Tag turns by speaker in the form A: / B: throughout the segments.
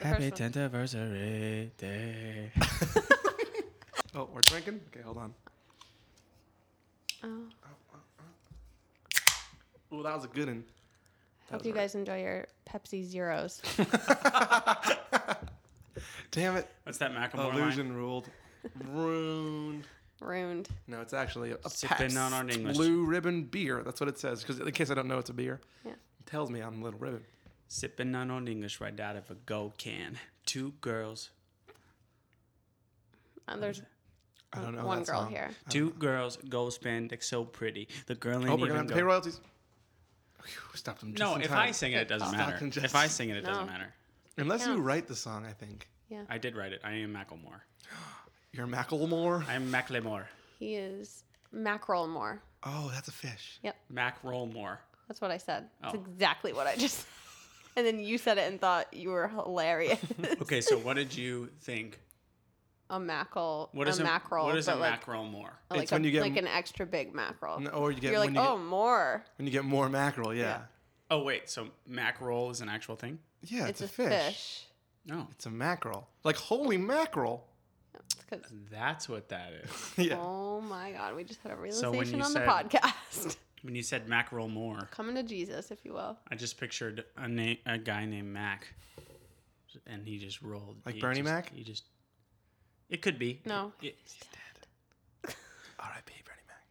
A: The
B: Happy
A: first one.
B: tenth anniversary day.
C: Oh, we're drinking? Okay, hold on.
A: Oh,
C: Ooh, that was a good one.
A: hope you guys enjoy your Pepsi Zeros.
C: Damn it.
B: What's that Macklemore
C: Illusion ruled. Ruined.
A: Ruined.
C: No, it's actually a, a
B: Sipping on our
C: Pabst
B: English.
C: blue ribbon beer. That's what it says. Because in case I don't know, it's a beer.
A: Yeah.
C: It tells me I'm little ribbon.
B: Sipping on old English right out of a gold can. Two girls,
A: Um, there's
C: I don't know.
A: one
C: that
A: girl
C: song.
A: here.
B: two girls, gold spandex, so pretty. The girl ain't
C: Oh, we're
B: even
C: gonna have to
B: gold.
C: pay royalties. Whew, Stop them. Just
B: No,
C: in
B: if
C: time.
B: I sing it, it doesn't
C: Stock
B: matter.
C: and just-
B: If I sing it, it doesn't
A: No.
B: matter.
C: Unless you
A: Counts.
C: write the song, I think
A: Yeah.
B: I did write it. I am Macklemore.
C: you're Macklemore.
B: I'm Macklemore.
A: He is mackerel more.
C: Oh, that's a fish.
A: Yep.
B: Mac Rollmore.
A: That's what I said. That's
B: Oh.
A: exactly what I just And then you said it and thought you were hilarious.
B: Okay, so what did you think?
A: a mackerel.
B: What
A: a
B: is a
A: mackerel?
B: What is a
A: but like,
B: mackerel more?
A: like
C: It's when
A: a-
C: you get
A: like
C: m-
A: an extra big mackerel.
C: No, or you get
A: You're like,
C: when you
A: oh, more.
C: get, when you get more mackerel. Yeah,
B: Oh wait, so mackerel is an actual thing?
C: yeah,
A: It's,
C: it's,
A: a
C: a
A: fish.
B: No,
C: It's a mackerel. Like holy mackerel.
A: It's 'cause-
B: that's what that is.
C: yeah.
A: Oh my God, we just had a
B: So when
A: realization
B: you
A: on the
B: said-
A: podcast.
B: When you said mackerel more,
A: Coming to Jesus, if you will.
B: I just pictured a na- a guy named Mac, and he just rolled.
C: Like
B: He
C: Bernie
B: just-
C: Mac?
B: He just. It could be.
A: No.
B: It-
C: R.I.P. Bernie Mac.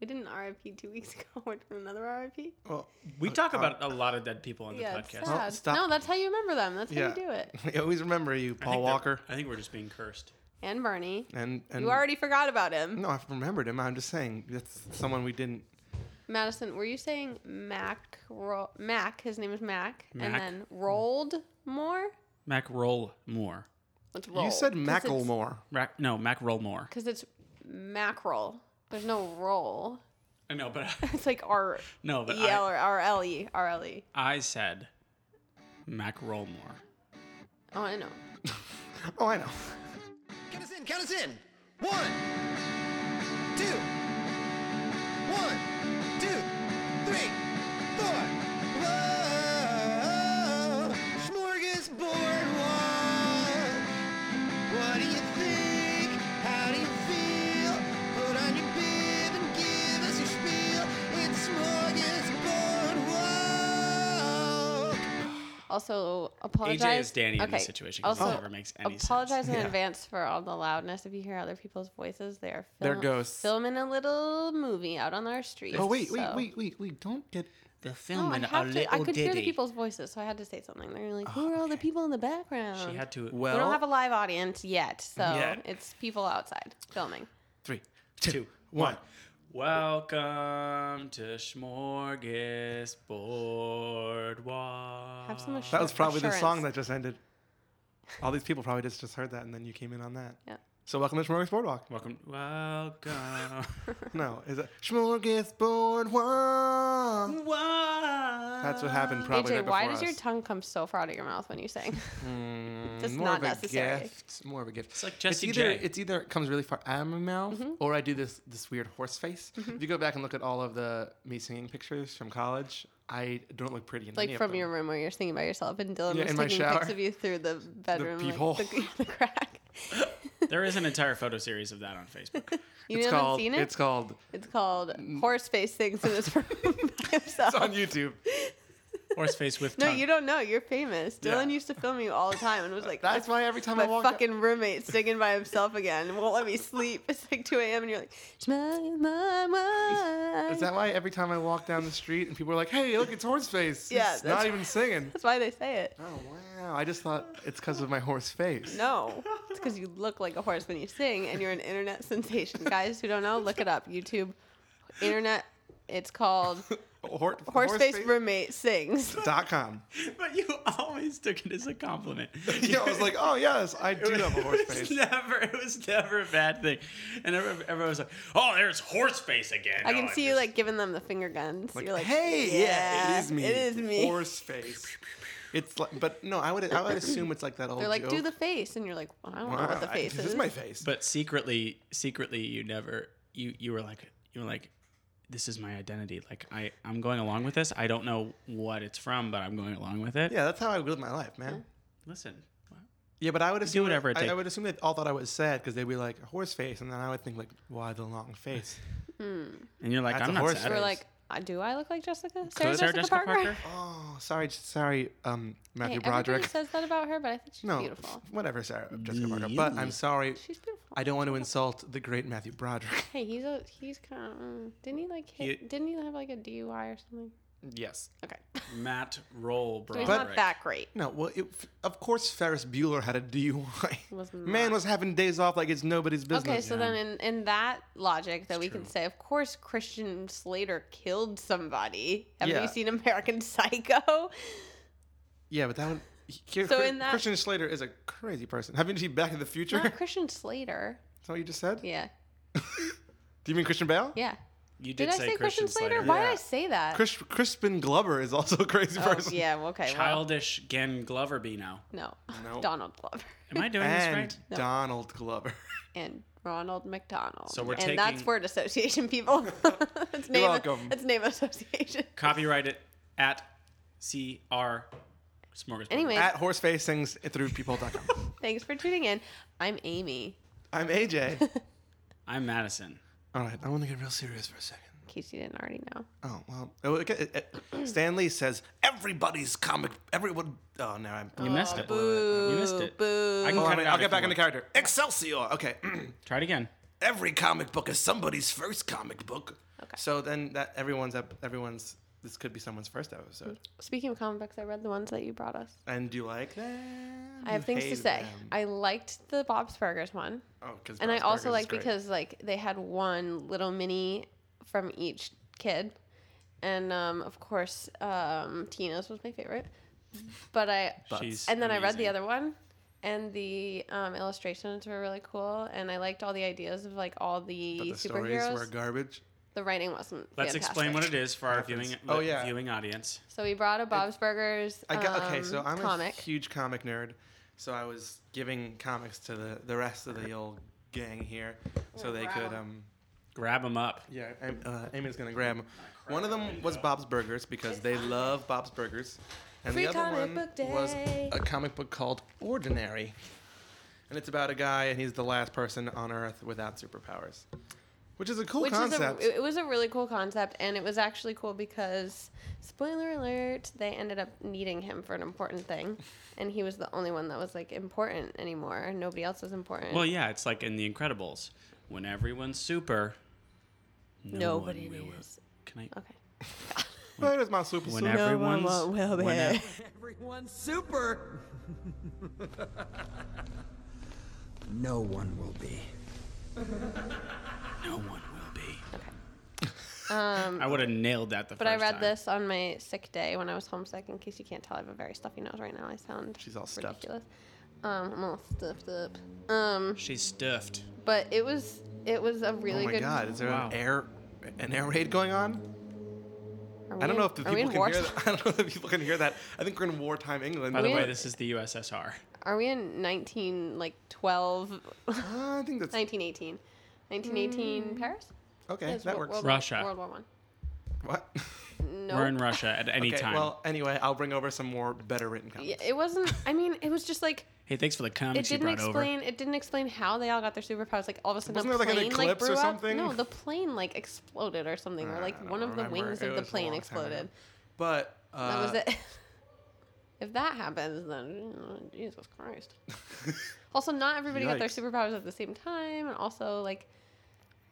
A: We did an RIP two weeks ago. We're doing another RIP.
C: Well,
B: we
C: uh,
B: talk
C: uh,
B: about a lot of dead people on the
A: Yeah, it's
B: podcast.
A: sad.
C: Well, stop.
A: No, that's how you remember them. That's how
C: Yeah.
A: you do it.
C: we always remember you,
B: I
C: Paul
B: think that-
C: Walker,
B: I think we're just being cursed.
A: And Bernie.
C: and and
A: You already forgot about him.
C: No, I've remembered him. I'm just saying that's someone we didn't.
A: Madison, were you saying Mac Ro- Mac, his name is Mac, and
B: Mac.
A: then rolled more?
B: Mac roll more.
A: Let's roll.
C: You said
A: 'Cause
C: Macklemore.
B: Mac, no, Mac roll more.
A: Because it's, mackerel. There's no roll.
B: I know, but
A: It's like R
B: no, but
A: E L or R L E. R L E.
B: I, I said Mac roll more.
A: Oh, I know.
C: Oh, I know.
D: Count us in, count us in. One, two, one, two, three, four. Whoa, smorgasbord wine. What do you think? How do you feel? Put on your bib and give us your spiel. It's smorgasbord walk.
A: Also, apologize.
B: is Danny in this situation 'cause he never makes any sense.
A: apologize in
C: Yeah.
A: advance for all the loudness. If you hear other people's voices, they are
C: They're
A: film-
C: ghosts.
A: filming a little movie out on our street.
C: Oh wait, wait,
A: so-
C: wait, wait, wait! Don't get.
B: The
A: No,
B: film
A: I,
B: and
A: have to, I could hear the people's voices, so I had to say something. They're like, "Who are all the people in the background?"
B: She had to.
A: we don't have
C: Well,
A: a live audience yet, so
C: Yeah.
A: it's people outside filming.
C: three,
B: two,
C: two, one.
B: Welcome to Smorgasbord Walk.
A: Have some assurance.
C: That was probably the song
A: assurance.
C: that just ended. All these people probably just just heard that, and then you came in on that.
A: Yeah.
C: So welcome to Smorgasbord Walk.
B: Welcome. Welcome.
C: No, is it Smorgasbord Walk?
B: Wow.
C: That's what happened probably right
A: AJ,
C: before
A: why does
C: us.
A: your tongue come so far out of your mouth when you sing? That's
C: Mm, more
A: not
C: of a
A: necessary.
C: gift. More of a gift. It's
B: like Jesse
C: either,
B: J.
C: It's either it comes really far out of my mouth,
A: Mm-hmm.
C: or I do this this weird horse face. If you go back and look at all of the me singing pictures from college, I don't look pretty in any
A: like
C: of
A: from
C: them.
A: your room where you're singing by yourself, and Dylan
C: Yeah,
A: was
C: in my
A: taking
C: shower.
A: pics of you through the bedroom,
C: peephole.
A: like the, the crack.
B: There is an entire photo series of that on Facebook.
A: You
C: it's
A: haven't
C: called.
A: seen it.
C: It's called.
A: It's called horse face sings in his room by himself.
C: Mm. It's on YouTube.
B: Horse face with
A: No,
B: tongue.
A: you don't know. You're famous.
C: Yeah.
A: Dylan used to film you all the time and was like,
C: That's
A: "My-
C: why every time I
A: my
C: walk. up-
A: fucking roommate singing by himself again. Won't let me sleep. It's like 2 a.m. and you're like, smile my mind.
C: is that why every time I walk down the street and people are like, "Hey, look, it's Horseface."
A: Yeah,
C: He's
A: that's-
C: not even singing.
A: That's why they say it.
C: Oh wow! I just thought it's because of my horse face.
A: No, it's because you look like a horse when you sing and you're an internet sensation. Guys who don't know, look it up. YouTube, internet. It's called
C: Hor-
A: Horse, face,
C: horseface-
A: Roommate Sings.
C: dot com.
B: But you always took it as a compliment.
C: Yeah, I was like, oh yes, I do
B: It
C: have a horse
B: was
C: face.
B: never, it was never a bad thing, and everyone, everyone was like, "Oh, there's horse face again."
A: I can
B: Oh,
A: see you
B: just-
A: like giving them the finger guns.
C: Like,
A: you're like,
C: hey, yeah, it is me.
A: It is me.
C: Horse face. It's like, but no, I would, I would assume it's like that old.
A: They're like,
C: joke.
A: do the face, and you're like, well, I don't know
C: Wow,
A: what the
C: I-
A: face
C: This
A: is.
C: is my face.
B: But secretly, secretly, you never, you you were like, you were like, "This is my identity." Like I, I'm going along with this. I don't know what it's from, but I'm going along with it.
C: yeah, that's how I live my life, man.
B: Listen,
C: Yeah, but I would assume
B: whatever it
C: I, I
B: takes.
C: would assume they all thought I was sad because they'd be like horse face, and then I would think like, why the long face?
B: And you're like,
C: That's
B: I'm
C: a
B: not
C: horse
B: sad.
A: We're
C: face.
A: like, uh, do I look like Jessica?
B: So
A: Sarah
B: is there
A: Jessica,
B: Jessica
A: Parker.
B: Parker?
C: Oh, sorry, sorry, um,
A: Hey,
C: Matthew
A: everybody
C: Broderick.
A: says that about her, but I think she's
C: no,
A: beautiful.
C: whatever, Sarah Jessica Parker. But I'm sorry,
A: She's beautiful.
C: I don't want to insult the great Matthew Broderick.
A: Hey, he's a he's kind of didn't he like hit,
B: He-
A: didn't he have like a DUI or something?
C: yes.
A: Okay,
B: Matt Roll,
A: so
B: bro.
A: he's not that great.
C: No, well, it, of course Ferris Bueller had a DUI.
A: Was
C: Man
A: not.
C: was having days off like it's nobody's business.
A: Okay, so
B: yeah.
A: then in, in that logic, then we can say, of course, Christian Slater killed somebody. Have
C: Yeah.
A: you seen American Psycho?
C: Yeah, but that one. Here,
A: So in that-
C: Christian Slater is a crazy person. Haven't you seen Back to the Future?
A: Not Christian Slater.
C: That's what you just said.
A: Yeah,
C: Do you mean Christian Bale?
A: yeah.
B: You did,
A: Did, I say Christian Slater?
B: Slater.
A: Why did I
C: Yeah.
A: say that?
C: Chris, Crispin Glover is also a crazy
A: oh,
C: person.
A: yeah. well, Okay. Well,
B: Childish Gen Glover Bino.
A: no.
C: No.
A: Donald Glover
B: Am I doing this
C: And
B: right?
A: No.
C: Donald Glover.
A: and Ronald McDonald.
B: So we're
A: and that's
B: taking-
A: word association, people. it's name,
C: welcome.
A: It's name association.
B: Copyright it at CR Smorgasbord.
A: Anyway,
C: At Horseface sings it through people.com.
A: thanks for tuning in. I'm Amy.
C: I'm AJ.
B: I'm Madison.
C: All right, I want to get real serious for a second.
A: In case you didn't already know.
C: Oh well, oh, okay, it- it- Stan Lee says everybody's comic. Everyone. Oh no, I'm.
B: You missed it.
A: Boo.
B: You missed it.
A: Boo.
B: I can
C: Hold on,
B: cut it
C: wait,
B: out
C: I'll get
B: if you
C: back into
B: want.
C: character. Excelsior. Okay.
B: Try it again.
C: Every comic book is somebody's first comic book.
A: Okay.
C: So then that everyone's up. Everyone's. This could be someone's first episode.
A: Speaking of comic books, I read the ones that you brought us.
C: And do you like them?
A: I have things to say. I liked the Bob's Burgers one,
C: oh, because.
A: and I also like because like they had one little mini from each kid, and um, of course um, Tina's was my favorite. But I
B: She's
A: and then I read the
B: amazing.
A: other one, and the um, illustrations were really cool, and I liked all the ideas of like all the,
C: But the stories
A: superheroes.
C: were garbage.
A: the writing wasn't.
B: Let's explain what
A: fantastic.
B: it is for our
C: Happens.
B: viewing
C: Oh, yeah.
B: viewing audience.
A: So we brought a Bob's Burgers.
C: I got okay.
A: um,
C: So I'm
A: comic.
C: a huge comic nerd. So I was giving comics to the, the rest of the old gang here, so they could um
B: Grab them up.
C: yeah. Am- Uh, Amy's gonna grab 'em. One of them was Bob's Burgers because they love Bob's Burgers, and
A: Free
C: the other
A: comic
C: one
A: book
C: was
A: day.
C: a comic book called Ordinary, and it's about a guy and he's the last person on Earth without superpowers, which is a cool
A: which
C: concept.
A: is a, it was a really cool concept and it was actually cool because spoiler alert they ended up needing him for an important thing and he was the only one that was like important anymore and nobody else was important
B: Well, yeah, it's like in The Incredibles. When everyone's super, no
A: nobody
B: one will-
A: is
B: Can I?
A: okay
C: Where is my super
B: When
C: suit?
B: everyone's when ev-
E: Everyone's super. no one will be.
B: no one will be.
C: Oh
B: Um, I would have nailed that the
A: but
B: first
A: i read
B: time.
A: this on my sick day when i was homesick in case you can't tell i have a very stuffy nose right now i sound
C: She's all stuffed.
A: ridiculous um, i'm all stuffed up um,
B: She's stuffed.
A: but it was it was a
C: Oh
A: really
C: my
A: good
C: God! Is there
B: Wow.
C: an air an air raid going on?
A: Are
C: I don't
A: we-
C: know if the
A: are we
C: people
A: in
C: can hear
A: Warsaw?
C: that. I don't know if people can hear that. I think we're in wartime England.
B: By the
A: We-
B: way, this is the USSR.
A: are we in 19 like 12
C: Ah, I think that's
A: 1918. 1918 Paris?
C: okay.
A: It's
C: Eh, that
A: Wo-
C: works.
A: World,
B: Russia.
A: World War One.
C: What?
A: No.
B: We're in Russia at any
C: okay.
B: time.
C: Well, anyway, I'll bring over some more better written comics.
A: Yeah, it wasn't. I mean, it was just like
B: hey, thanks for the
A: it
B: comments you
A: didn't
B: brought
A: explain.
B: over.
A: It didn't explain how they all got their superpowers. Like all of a sudden,
C: Wasn't
A: a
C: there, like,
A: plane
C: an eclipse or
A: blew up.
C: something?
A: No, the plane like exploded or something, or
C: I
A: like
C: don't
A: one of the
C: remember.
A: wings
C: It
A: of the
C: was a
A: plane
C: long time ago.
A: exploded.
C: But
A: That
C: uh,
A: was it. if that happens, then oh, Jesus Christ. also, not everybody got their
C: Yikes.
A: superpowers at the same time, and also like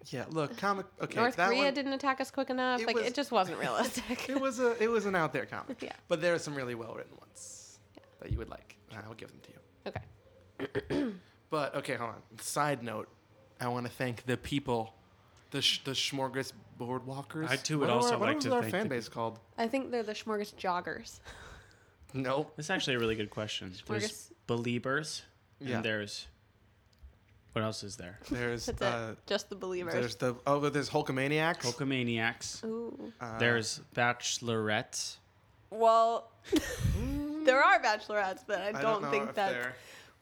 C: yeah. Look, comic. Okay,
A: North
C: that
A: Korea
C: one,
A: didn't attack us quick enough.
C: It
A: like
C: was-
A: it just wasn't realistic.
C: It was a it was an out there comic.
A: Yeah.
C: But there are some really well written ones that you would like. and I will give them to you.
A: okay.
C: But okay, hold on. Side note, I want to thank the people, the sh- the smorgasbord walkers.
B: I, too,
C: What
B: would
C: are
B: also
C: our- what
B: like
C: was
B: to
C: our
B: thank
C: fan
B: the
C: base called.
A: I think they're the Schmorgas joggers.
C: No.
B: That's actually a really good question. There's
A: Smorgas-
B: believers,
C: Yeah.
B: and there's what else is there?
C: There's
A: That's
C: uh,
A: it. Just the believers.
C: there's the oh but there's Hulkamaniacs. Uh,
B: Hulkamaniacs.
A: Ooh.
B: There's bachelorettes.
A: Well, there are bachelorettes, but I
C: I
A: don't,
C: know
A: think
C: if
A: that's
C: they're-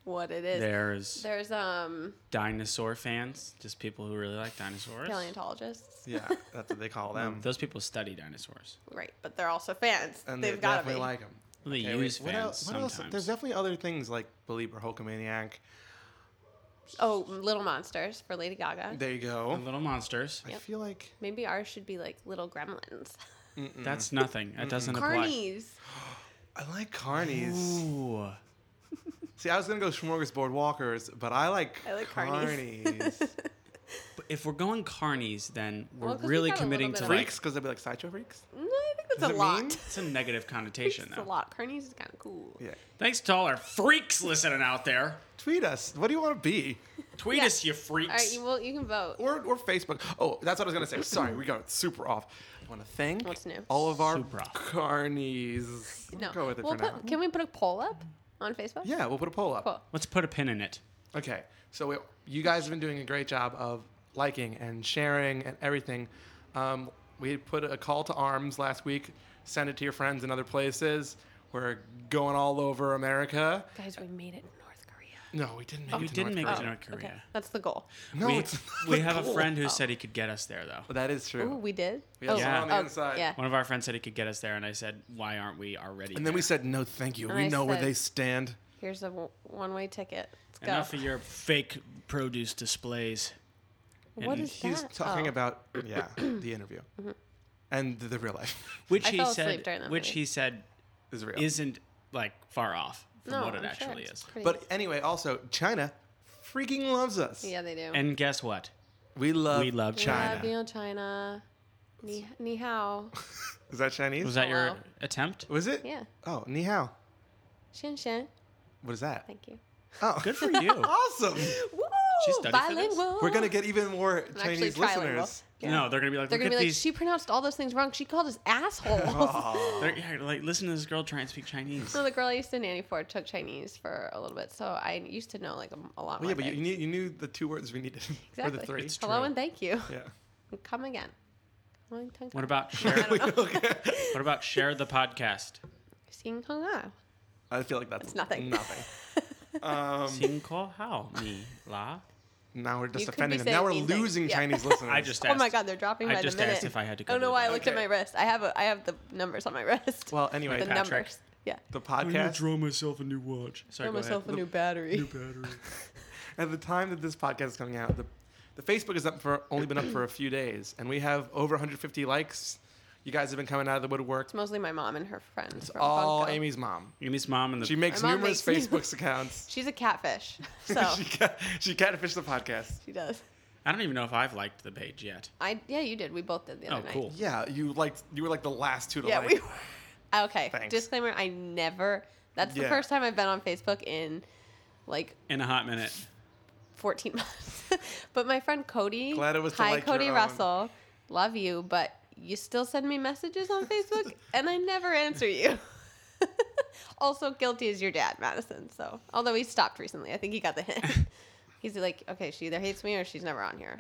A: what it is.
B: There's
A: There's um
B: dinosaur fans, just people who really like dinosaurs.
A: paleontologists,
C: Yeah, that's what they call them.
B: Those people study dinosaurs.
A: right? But they're also fans.
C: and
A: They've
C: they
A: got to
C: definitely
A: be.
C: like them.
B: They
C: Okay, wait,
B: use
C: what
B: fans
C: else- what else?
B: sometimes.
C: There's definitely other things like Belieber, Hulkamaniac.
A: Oh, Little Monsters for Lady Gaga.
C: There you
B: The
C: go.
B: Little monsters.
C: I feel like
A: Maybe ours should be like Little Gremlins.
C: Mm-hmm.
B: That's nothing. That doesn't apply.
A: Carnies.
C: I like Carnies.
B: Ooh.
C: See, I was gonna go Smorgasbord Walkers, but I like
A: I like Carnies.
C: Carnies.
B: But if we're going carnies, then we're
A: Well, 'cause we
B: really
A: got a little
B: committing
A: bit
B: to
A: of-
B: like
C: freaks, because they'd be like sideshow freaks.
A: No, I think
C: Does
A: that's a
C: it
A: lot.
C: mean?
B: it's a negative connotation
A: It's a
B: though.
A: lot. Carnies is kind of cool.
C: Yeah.
B: Thanks to all our freaks listening out there.
C: Tweet us. What do you want to be?
B: Tweet
A: Yeah.
B: us, you freaks.
A: All right, you, well, you can vote.
C: Or or Facebook. Oh, that's what I was gonna say. Sorry, we got super off. I want to thank
A: What's new?
C: all of our
B: Super off.
C: Carnies. We'll
A: No.
C: Go with it
A: We'll
C: for now.
A: put, can we put a poll up on Facebook?
C: Yeah, we'll put a poll up.
A: Cool.
B: Let's put a pin in it.
C: Okay, so we, you guys have been doing a great job of liking and sharing and everything. Um, we put a call to arms last week. Send it to your friends in other places. We're going all over America.
A: Guys, we made it in North Korea.
C: No, we didn't make
B: Oh, you
C: it. to
B: didn't
C: North
B: make it to
C: Korea.
B: North Korea.
A: Oh, Okay. That's the goal.
C: No,
B: we,
C: it's not
B: we have a
C: cool. Oh.
B: friend who said he could get us there though.
C: That is true.
A: Ooh, we did?
C: We had
A: oh,
B: someone on the
A: oh,
C: inside.
A: Yeah.
B: One of our friends said he could get us there, and I said, "Why aren't we already?"
C: and then
B: there?
C: we said, no, thank you.
A: And
C: we
A: I
C: know where
A: said-
C: they stand.
A: Here's a w- one-way ticket. Let's go.
B: "Enough of your fake produce displays."
A: What
B: And
A: is
C: He was
A: that?
C: talking
A: Oh.
C: about yeah the interview
B: Mm-hmm.
C: and the, the real life
B: Which
A: I
B: he
A: fell asleep
B: said,
A: during that
B: which
A: movie.
B: he said
C: is real.
B: isn't like far off from
A: No,
B: what it
A: I'm sure
B: actually
A: it's
B: is.
A: pretty-
C: but anyway, also China freaking loves us.
A: yeah, they do.
B: And guess what?
C: We love
B: We love China.
A: Love you, China. Ni, ni hao.
C: Is that Chinese?
B: Was that your
A: Hello.
B: attempt?
C: Was it?
A: Yeah.
C: Oh, ni hao.
A: Shin shin.
C: What is that?
A: Thank you.
C: Oh,
B: Good for you.
C: awesome.
A: Woo!
B: She studied for this?
A: bilingual.
C: We're gonna get even more
A: I'm actually
C: Chinese
A: trilingual.
C: listeners.
A: Yeah.
B: No, they're gonna be like,
A: They're
B: look
A: gonna be
B: at
A: like,
B: these.
A: she pronounced all those things wrong. She called us assholes.
B: they're, yeah, like, listen to this girl try and speak Chinese.
A: so the girl I used to nanny for took Chinese for a little bit, so I used to know like a, a lot
C: Well,
A: more.
C: yeah, but you,
A: things.
C: you knew, you knew the two words we needed,
A: exactly.
C: or the three.
B: It's
A: Hello
B: true.
A: and thank you.
C: Yeah.
A: Come again. Long tongue
B: What
A: tie.
B: about share? what about share the podcast?
A: Sing kong ah.
C: I feel like that's
A: It's nothing.
C: Nothing. Um,
B: Sing call how ni la.
C: now we're just
A: You could be
C: offending them.
A: saying
C: Now we're
A: mean things.
C: losing
A: Yeah.
C: Chinese listeners.
B: I just asked.
A: Oh my god, they're dropping
B: I
A: by
B: just
A: the minute.
B: asked if I had
A: I
B: to go
A: don't know
B: to
A: why I
B: the-
A: looked at my
C: Okay.
A: wrist. I have a I have the numbers on my wrist.
C: Well,
A: the
C: anyway, Patrick,
A: numbers. Yeah.
C: the
F: I'm gonna
C: podcast.
F: draw myself a new watch.
B: Sorry,
A: Got
B: go ahead.
A: myself a new battery.
F: Battery.
C: At the time that this podcast is coming out, the, the Facebook is up for only been up for a few days, and we have over 150 likes. You guys have been coming out of the woodwork.
A: It's mostly my mom and her friends.
C: It's
A: from
C: all
A: Funko.
C: Amy's mom.
B: Amy's mom and the
C: She makes
A: My mom
C: numerous
A: makes me-
C: Facebook accounts.
A: She's a catfish, so
C: she, cat, she catfished the podcast.
A: she does.
B: I don't even know if I've liked the page yet.
A: I yeah, you did. We both did the other
B: Oh,
A: night.
B: cool.
C: Yeah, you liked you were like the last two to
A: Yeah,
C: like.
A: we. Ah, Okay.
C: Thanks.
A: Disclaimer: I never. That's the
C: Yeah.
A: first time I've been on Facebook in like
B: In a hot minute.
A: 14 months. but my friend Cody.
C: Glad it was to
A: hi,
C: like your
A: Cody
C: own.
A: Russell. Love you, but you still send me messages on Facebook, and I never answer you. also, guilty is your dad, Madison. So, although he stopped recently, I think he got the hint. He's like, okay, she either hates me or she's never on here.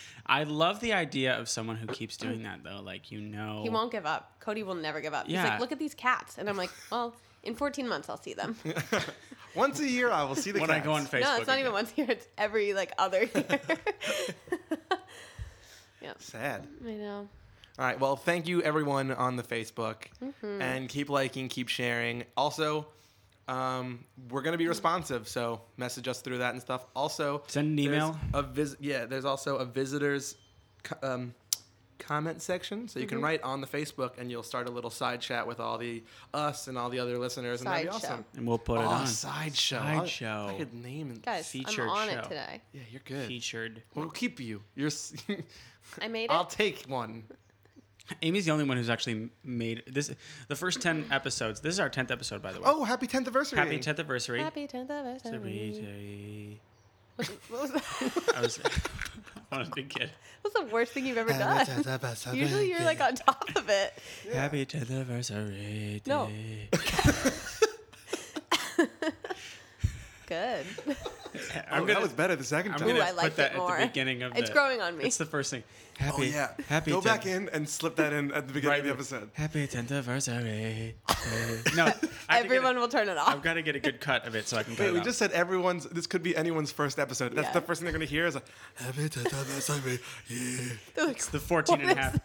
B: I love the idea of someone who keeps doing that though. Like you know,
A: He
C: Oh.
A: won't give up. Cody will never give up. He's
B: Yeah.
A: like, look at these cats. And I'm like, well, in 14 months, I'll see them. no,
C: Once a year, I will see the.
B: when I
C: cats.
B: go on Facebook.
A: it's not
B: again.
A: even once a year. It's every, like, other year. yeah.
C: Sad.
A: I know.
C: All right. Well, thank you everyone on the Facebook,
A: Mm-hmm.
C: and keep liking, keep sharing. Also, um, we're gonna be responsive, so message us through that and stuff. Also,
B: Send an
C: there's
B: email.
C: A visit. Yeah, there's also a visitors. co- Um, comment section so you
B: Mm-hmm.
C: can write on the facebook and you'll start a little side chat with all the us and all the other listeners and that'd be
A: Side show.
C: awesome
B: and we'll put it
C: oh
B: on.
C: sideshow
B: Sideshow.
C: I, I could name and
A: Guys,
B: Featured
A: I'm on
B: show.
A: it today.
C: yeah you're good
B: Featured.
C: We'll keep you. You're. s-
A: I made it.
C: I'll take one.
B: Amy's the only one who's actually made this. The first ten episodes. This is our tenth episode, by the way.
C: Oh, happy tenth anniversary!
B: happy tenth anniversary.
A: Happy 10th anniversary. What was that?
B: I was. I wanted to get
A: What's the worst thing you've
C: Uh,
A: ever done? Usually you're, like, on top of it.
B: happy tenth anniversary.
A: No.
B: day.
A: Good.
B: I'm
C: Oh,
B: gonna.
C: that was better the 2nd
B: I'm
C: time.
B: gonna
A: Ooh, I
B: put
A: liked
B: that
A: it
B: at
A: more.
B: the beginning of
A: It's
B: the-
A: growing on me.
B: It's the first thing.
C: oh
B: Happy.
C: yeah.
B: Happy.
C: Go
B: 10th
C: back in and slip that in at the beginning of the episode.
B: Happy 10th anniversary. day. no, I have to get a-
A: Everyone will turn it
B: I've
A: off.
B: got to get a good cut of it so I can. Put
C: Wait,
B: it
C: we
B: on.
C: just said everyone's. This could be anyone's first episode. That's
A: Yeah.
C: the first thing they're gonna hear is like,
A: They're like,
B: It's the 14 and a half.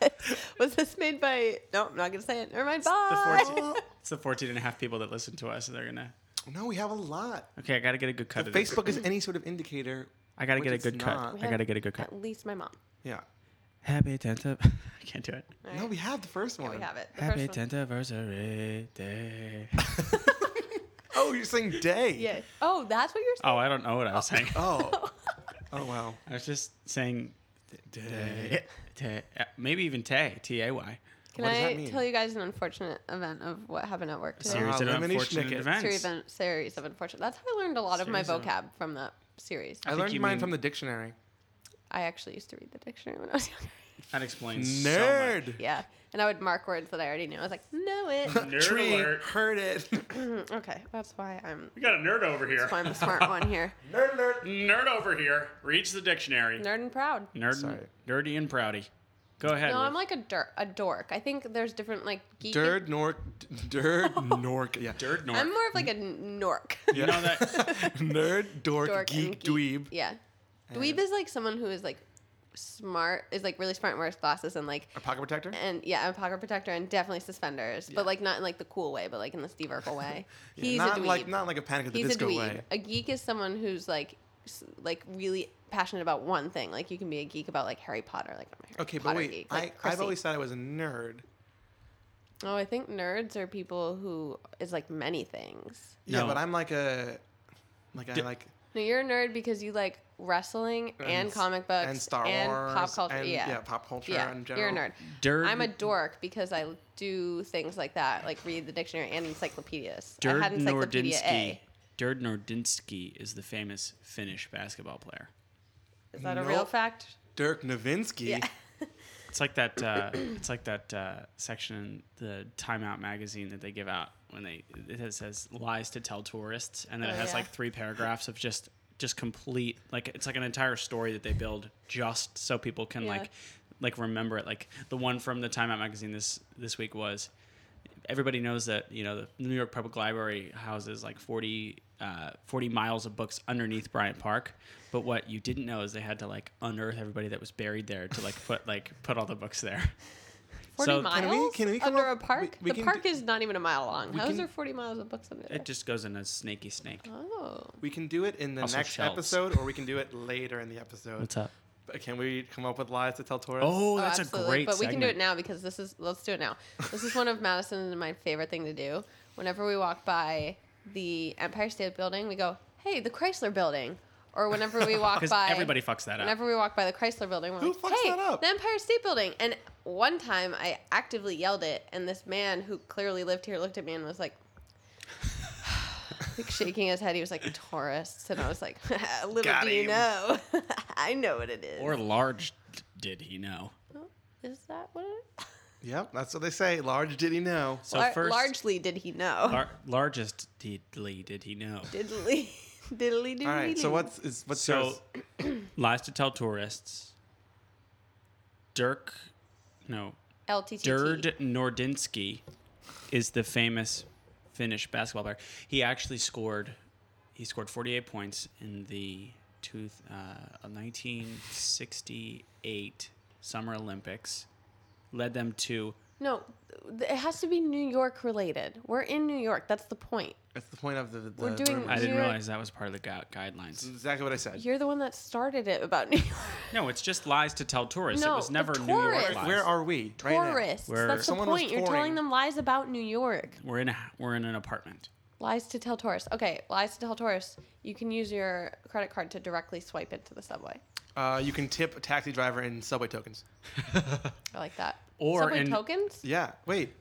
A: Was this made by? No, I'm not gonna say it. Never mind.
B: The
A: Bye.
B: 14, It's the 14 and a half people that listen to us. They're going to.
C: No, we have a lot.
B: Okay, I got to get a good cut.
C: If
B: of this.
C: Facebook is any sort of indicator,
B: I got to
C: which
B: get a
C: it's
B: good
C: not-
B: cut. I got to get a good cut.
A: At least my mom.
C: yeah.
B: Happy 10th. of- I can't do it.
A: All
C: No,
A: right.
C: we have the first
B: Oh.
C: one.
A: we have it. The
B: Happy
A: first one.
B: 10th anniversary day.
C: Oh, you're saying day.
A: Yeah. Oh, that's what you're saying.
B: oh, I don't know what I was saying.
C: Oh. Oh wow.
B: I was just saying. Day. Day. uh, Maybe even Tay. T A Y.
A: Can
C: what does that
A: I
C: mean?
A: tell you guys an unfortunate event of what happened at work today?
B: Series of
C: Lemony
B: unfortunate
C: Snicket.
B: events.
A: Series, of- series of unfortunate. That's how I learned a lot of my
B: Series of-
A: vocab from that series.
C: I,
B: think
C: learned
B: you
C: mine
B: mean-
C: from the dictionary.
A: I actually used to read the dictionary when I was younger.
B: That explains so much.
C: Nerd.
A: Yeah. And I would mark words that I already knew. I was like, know it.
B: Nerd
C: Tree
B: alert.
C: heard it.
A: okay. That's why I'm
B: We got a nerd over here.
A: that's why I'm the smart one here.
C: nerd alert.
B: Nerd over here reads the dictionary.
A: Nerd and proud.
B: Nerd,
C: Sorry.
B: nerdy and proudy. Go ahead.
A: No, I'm
B: Wolf.
A: like a dork. A dork. I think there's different like geeky.
C: Dird nork. Dird nork. Yeah.
B: Nerd North.
A: I'm more of like a nork.
B: You know that
C: Nerd dork,
A: dork and
C: geek, dweeb.
A: Yeah. Dweeb is like someone who is like smart, is like really smart and wears glasses and like
C: A pocket protector.
A: and yeah, a pocket protector and definitely suspenders, but like not in like the cool way, but like in the Steve Urkel way.
C: Yeah,
A: He's
C: not
A: a dweeb.
C: like not like a panic at the
A: He's a
C: disco
A: dweeb.
C: way.
A: A geek is someone who's like s- like really passionate about one thing. Like you can be a geek about like Harry Potter, like I'm a Harry
C: Okay, but
A: Potter
C: wait.
A: geek, like
C: I, I've
A: Chrissy.
C: always thought I was a nerd.
A: Oh, I think nerds are people who is like many things.
C: Yeah,
B: No.
C: but I'm like a like I like
A: No, you're a nerd because you like wrestling and, comic books
C: and Star
A: and
C: Wars
A: pop culture.
C: and,
A: yeah.
C: yeah, pop culture
A: yeah,
C: in
A: you're a
C: general.
A: nerd.
B: Dirt-
A: I'm a dork because I do things like that, like read the dictionary and encyclopedias. I had
B: Dirk
A: encyclopedia
B: Nordinsky.
A: A.
B: Dirk Nordinsky is the famous Finnish basketball player.
A: Is that a
C: Nope.
A: real fact?
C: Dirk Nowitzki.
A: Yeah.
B: It's like that. Uh, it's like that uh, section in the Time Out magazine that they give out when they it has- says lies to tell tourists, and then it
A: Oh,
B: has
A: yeah.
B: like three paragraphs of just just complete like it's like an entire story that they build just so people can
A: Yeah.
B: like like remember it. Like the one from the Time Out magazine this this week was everybody knows that you know the New York Public Library houses like 40, uh, 40 miles of books underneath Bryant Park. But what you didn't know is they had to like unearth everybody that was buried there to like put like put all the books there.
A: 40
B: So-
A: miles
B: Can
C: we- can we come
A: under
C: up-
A: a park?
C: we- we
A: the
C: can
A: park
C: do-
A: is not even a mile long. How is
C: can-
A: there 40 miles of books under there?
B: It just goes in a snaky snake.
A: oh.
C: We can do it in the
B: Also
C: next
B: shelves.
C: episode, or we can do it later in the episode.
B: up?
C: But Can we come up with lies to tell tourists?
B: Oh,
A: Oh,
B: that's
A: absolutely.
B: a great.
A: But we can do it
B: segment.
A: now because this is. Let's do it now. This is one of Madison and my favorite thing to do. Whenever we walk by the Empire State Building, we go, "Hey, the Chrysler Building," or whenever we walk
B: 'Cause
A: by.
B: everybody fucks that up.
A: Whenever we walk by the Chrysler Building, we're
C: Who
A: like,
C: fucks
A: "Hey,
C: that up?"
A: the Empire State Building!" And one time, I actively yelled it, and this man who clearly lived here looked at me and was like. Like shaking his head, he was like tourists, and I was like, "Little
C: Got
A: do
C: him.
A: you know, I know what it is."
B: Or large d- did he know?
A: is that what it is?
C: Yep, that's what they say. Large did he know?
B: So
A: Lar-
B: first,
A: largely did he know.
B: lar- largest diddly did he know?
A: diddly, diddly, diddly.
C: All right. So what's is what's
B: So,
C: yours?
B: lies to tell tourists. Dirk, no,
A: LTTT?
B: Dird Nordinsky is the famous Finnish basketball player. He actually scored, he scored 48 points in the two, uh, 1968 Summer Olympics, led them to.
A: No, th- it has to be New York related. We're in New York. That's the point.
C: That's the point of the. the
A: We're doing-
C: rumors.
B: I didn't
A: You're-
B: realize that was part of the gu- guidelines.
C: That's exactly what I said.
A: You're the one that started it about New York.
B: No, it's just lies to tell tourists.
A: No,
B: it was never
A: the
B: New York
A: tourists.
B: lies.
C: Where are we?
A: Tourists.
B: Where-
A: That's the
C: Someone was
A: point. You're
C: touring.
A: telling them lies about New York.
B: We're in a we're in an apartment.
A: Lies to tell tourists. Okay, lies to tell tourists. You can use your credit card to directly swipe into the subway.
C: Right now. Uh, you can tip a taxi driver in subway tokens.
A: I like that.
B: Or
A: subway
B: in-
A: tokens.
C: Yeah. Wait.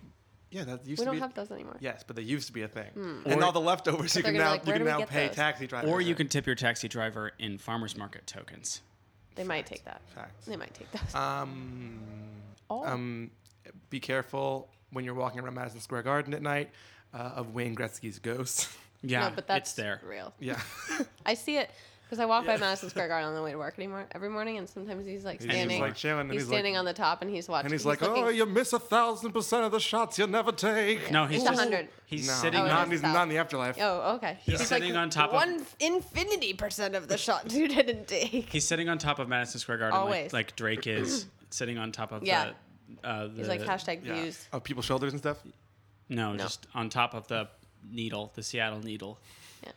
C: Yeah, that used
A: We
C: to
A: don't
C: be.
A: have those anymore.
C: Yes, but they used to be a thing. And
B: Or-
C: all the leftovers you
A: Hmm. they're gonna
C: can now
A: be like,
C: you
A: "Where
C: can
A: do we
C: now
A: get
C: pay
A: those?"
C: taxi drivers.
B: Or you
C: with.
B: can tip your taxi driver in farmers market tokens.
A: They might take that.
C: Facts.
A: They might take those.
C: Um,
A: Oh.
C: um, be careful when you're walking around Madison Square Garden at night uh, of Wayne Gretzky's ghost.
B: Yeah,
A: no, but that's
B: it's there.
A: real.
C: yeah.
A: I see it because I walk by Madison Square Garden on the way to work anymore every morning, and sometimes he's like
C: He's just,
A: standing,
C: like, chilling, and
A: he's,
C: he's like-
A: standing on the top, and he's watching.
C: And he's, like,
A: looking-
C: "Oh, you miss a thousand percent of the shots you never take."
B: No, he's
A: It's
B: just
A: 100.
B: he's
C: No,
B: sitting
A: Oh, it
B: on
C: not,
A: is.
C: he's
A: Stop.
C: not in the afterlife.
A: Oh, okay. He's,
B: sitting on top of-
A: one f- infinity percent of the shots you didn't take.
B: He's sitting on top of Madison Square Garden, like,
A: Always.
B: like Drake is sitting on top of
A: Yeah.
B: the. Uh, the
A: He's like hashtag
C: Yeah.
A: views.
C: Of people's shoulders and stuff.
B: No,
A: No.
B: just on top of the needle, the Seattle needle.
A: Yeah.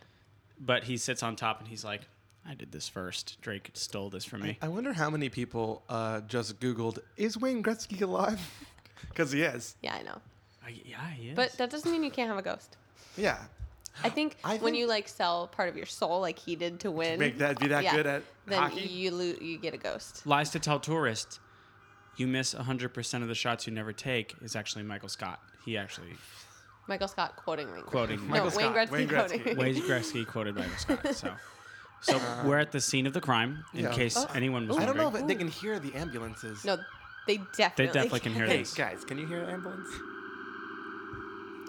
B: But he sits on top and he's like, I did this first. Drake stole this from me.
C: I wonder how many people uh, just Googled, is Wayne Gretzky alive? Because he is.
A: Yeah, I know.
B: I- yeah, he is.
A: But that doesn't mean you can't have a ghost.
C: Yeah.
A: I think
C: I
A: when
C: think-
A: you like sell part of your soul, like he did, to win,
C: Make that be that
A: yeah,
C: good at
A: then
C: hockey?
A: you lo- you get a ghost.
B: Lies to tell tourists, you miss 100% of the shots you never take is actually Michael Scott. He actually,
A: Michael Scott quoting Wayne. Gretzky.
B: quoting
A: No,
B: Michael
A: Wayne
C: Scott,
A: Gretzky
C: Wayne Gretzky.
A: quoting.
B: Wayne Gretzky quoted Michael Scott. So, so we're at the scene of the crime in
C: Yeah.
B: case
A: Oh.
B: anyone was
C: I don't
B: wondering.
C: know if they can hear the ambulances.
A: No, they definitely.
B: They definitely can hear
C: Hey,
B: this.
C: guys, can you hear an ambulance?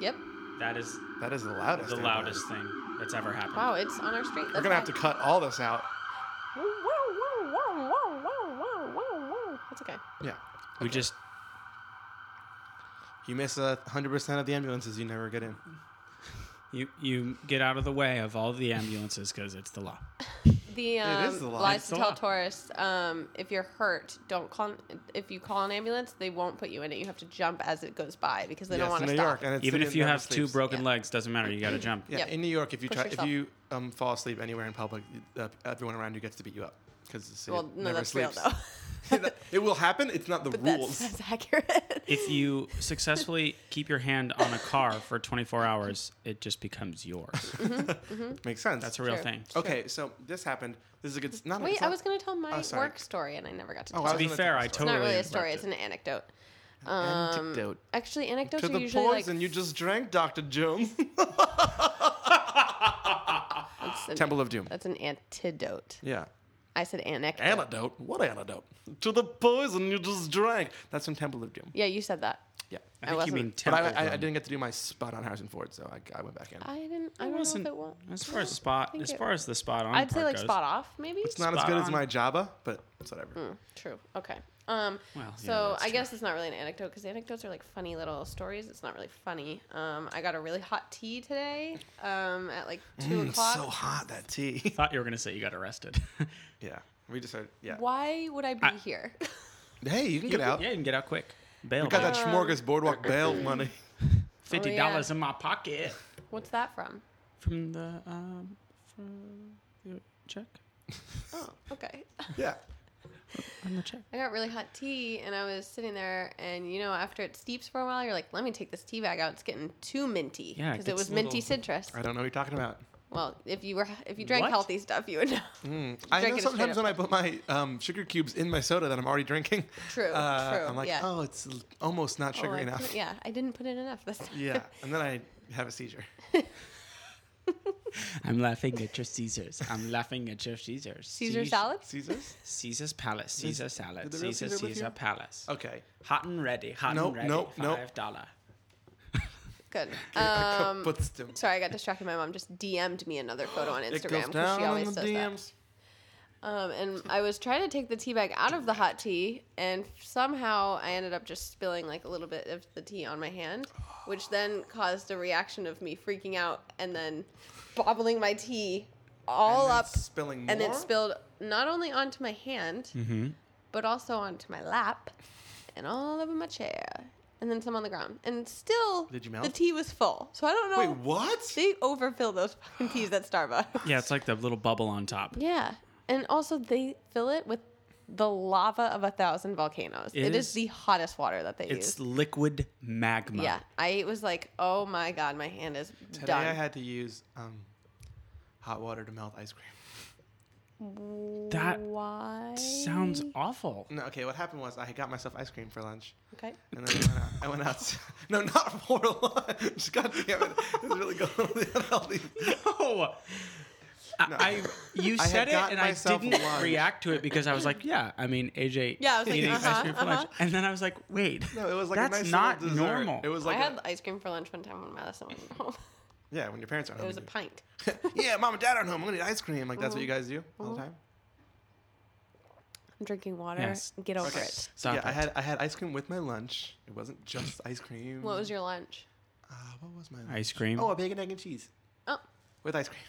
A: Yep.
B: That is
C: That is the loudest.
B: the
C: ambulance.
B: loudest thing that's ever happened.
A: Wow, it's on our street.
C: We're going to have to cut all this out.
A: That's okay.
C: Yeah.
B: We just
C: You miss uh, 100% of the ambulances you never get in.
B: you you get out of the way of all the ambulances because it's the law.
A: The um,
C: is the line.
A: lies
B: It's
A: to
B: the
A: tell
B: line.
A: tourists: um, if you're hurt, don't call. If you call an ambulance, they won't put you in it. You have to jump as it goes by because they don't want
C: in
A: to
C: New
A: stop.
C: York, and it's
B: Even
C: city
B: if
C: that
B: you
C: never
B: have two
C: sleeps.
B: broken
A: Yeah.
B: legs, doesn't matter. You got to jump.
C: Yeah,
A: Yep.
C: in New York, if you
A: Push
C: try,
A: yourself.
C: if you um, fall asleep anywhere in public, you- uh, everyone around you gets to beat you up because the city
A: well, no,
C: never
A: that's
C: sleeps.
A: real though.
C: it will happen. It's not the
A: But that's,
C: rules.
A: that's accurate.
B: If you successfully keep your hand on a car for 24 hours, it just becomes yours.
C: Makes sense.
B: That's a real
A: True.
B: thing.
C: Okay, so this happened. This is a good. s- Not a-
A: Wait,
C: it's
A: I
C: not-
A: was going to tell my
C: Oh, sorry.
A: work story and I never got to
C: Oh,
A: tell it.
C: I
B: To
C: was
B: be
C: gonna
B: fair,
C: tell a
B: I
A: It's
B: totally.
A: not really a
B: interrupted.
A: story, it's an anecdote.
C: anecdote.
A: Actually, anecdotes
C: To
A: um, are
C: the
A: usually like
C: poison you just drank, Doctor Jones.
A: that's an-
C: Temple of Doom.
A: That's an antidote.
C: yeah.
A: I said anecdote.
C: Antidote. What antidote? To the poison you just drank. That's from Temple of Doom.
A: yeah, you said that.
C: Yeah.
B: I
A: I
B: think you
A: wasn't-
B: mean
C: But
B: temple.
C: I, I, I
B: run.
C: didn't get to do my spot on Harrison Ford, so I, I went back in.
A: I didn't. I
B: It
A: don't
B: wasn't
A: know if it won't.
B: as far as spot
A: think
B: as
A: it-
B: far as the spot on.
A: I'd say
B: part
A: like
B: goes.
A: spot off, maybe.
C: it's not as
B: spot
C: good as
B: on. Mm,
C: my Java, but it's whatever.
A: Hmm. True. Okay. Um,
B: Well, yeah,
A: so
B: that's
A: I
B: true.
A: guess it's not really an anecdote because anecdotes are like funny little stories. It's not really funny. Um, I got a really hot tea today um, at like two
C: Mm,
A: o'clock.
C: so hot that tea.
B: Thought you were gonna say you got arrested.
C: yeah. We just heard. Yeah.
A: Why would I be
B: I-
A: here?
C: Hey, you can get out.
B: Yeah, you can get out quick. Bail.
C: Got that Schmorgas Boardwalk bail money.
B: Fifty dollars
A: Oh, yeah.
B: in my pocket
A: What's that from?
B: from the um from the check
A: Oh, okay.
C: Yeah.
B: on the check.
A: I got really hot tea and I was sitting there and you know after it steeps for a while you're like let me take this tea bag out it's getting too minty
B: Yeah, it
A: because it,
B: gets
A: was
B: a
A: minty
B: little-
A: citrus.
C: I don't know what you're talking about. Mm.
A: Well, if you were if you drank
B: What?
A: healthy stuff you would know.
C: I know
A: Drinking it straight
C: sometimes when I
A: up.
C: put my um, sugar cubes in my soda that I'm already drinking,
A: True,
C: uh,
A: true,
C: I'm like,
A: yeah.
C: oh, it's l- almost not
A: Oh,
C: sugary
A: I
C: enough.
A: couldn't- Yeah, I didn't put in enough this time.
C: Yeah, and then I have a seizure.
B: I'm laughing at your Caesars. I'm laughing at your Caesars.
A: Caesar salad.
C: Caesars?
B: Caesar's Palace. Caesar salad.
C: did the real
B: Caesar
C: Caesar live
B: Caesar
C: here?
B: Palace.
C: Okay.
B: Hot and ready. Hot
C: Nope,
B: and ready.
C: nope, nope.
B: Five dollar.
A: Good.
C: I
A: Um,
C: co- but still,
A: sorry, I got distracted. My mom just DM'd me another photo on
C: it
A: Instagram
C: goes
A: because
C: down
A: she
C: on
A: always
C: the
A: does that.
C: DMs.
A: Um, and I was trying to take the tea bag out of the hot tea, and somehow I ended up just spilling like a little bit of the tea on my hand, which then caused a reaction of me freaking out and then bobbling my tea all
C: And then
A: up,
C: spilling
A: and it
C: more? Mm-hmm.
A: spilled not only onto my hand, but also onto my lap and all over my chair, and then some on the ground. And still,
C: Did you
A: the
C: melt?
A: tea was full, so I don't know.
C: Wait, what?
A: They overfill those fucking teas at Starbucks.
B: Yeah, it's like the little bubble on top.
A: Yeah. And also, they fill it with the lava of a thousand volcanoes.
B: It
A: it is,
B: is-
A: the hottest water that they
B: It's
A: use.
B: liquid magma.
A: Yeah. I was like, oh my God, my hand is
C: uh, Today
A: done.
C: I had to use um, hot water to melt ice cream.
B: That
A: Why?
B: sounds awful.
C: No, okay, what happened was I got myself ice cream for lunch.
A: Okay.
C: And then I went out. I went out. No, not for lunch. God damn it. It's really going on the unhealthy.
B: No. Oh. I,
C: No.
B: I you
C: I had
B: said it
C: gotten
B: and I
C: myself
B: didn't
C: lunch.
B: react to it because I was like, yeah, I mean AJ
A: Yeah, I was like,
B: eating ice
A: uh-huh,
B: cream for lunch, and then I was like, wait,
C: No, it was like
B: that's
C: a nice little
B: not
C: dessert.
B: normal.
C: It was like
A: I
C: a-
A: had ice cream for lunch one time when Madison wasn't home.
C: yeah, when your parents aren't
A: it
C: home.
A: was a Mm-hmm.
C: you-
A: pint.
C: yeah, mom and dad aren't home. I'm gonna eat ice cream. Like that's what you guys do all the time.
A: I'm drinking water.
B: Yes.
A: Get over
C: Okay.
A: it.
B: Stop
C: yeah, I
B: it.
C: had I had ice cream with my lunch. It wasn't just ice cream.
A: What was your lunch?
C: uh, what was my lunch?
B: ice cream.
C: Oh, a bacon, egg, and cheese
A: Oh,
C: with ice cream.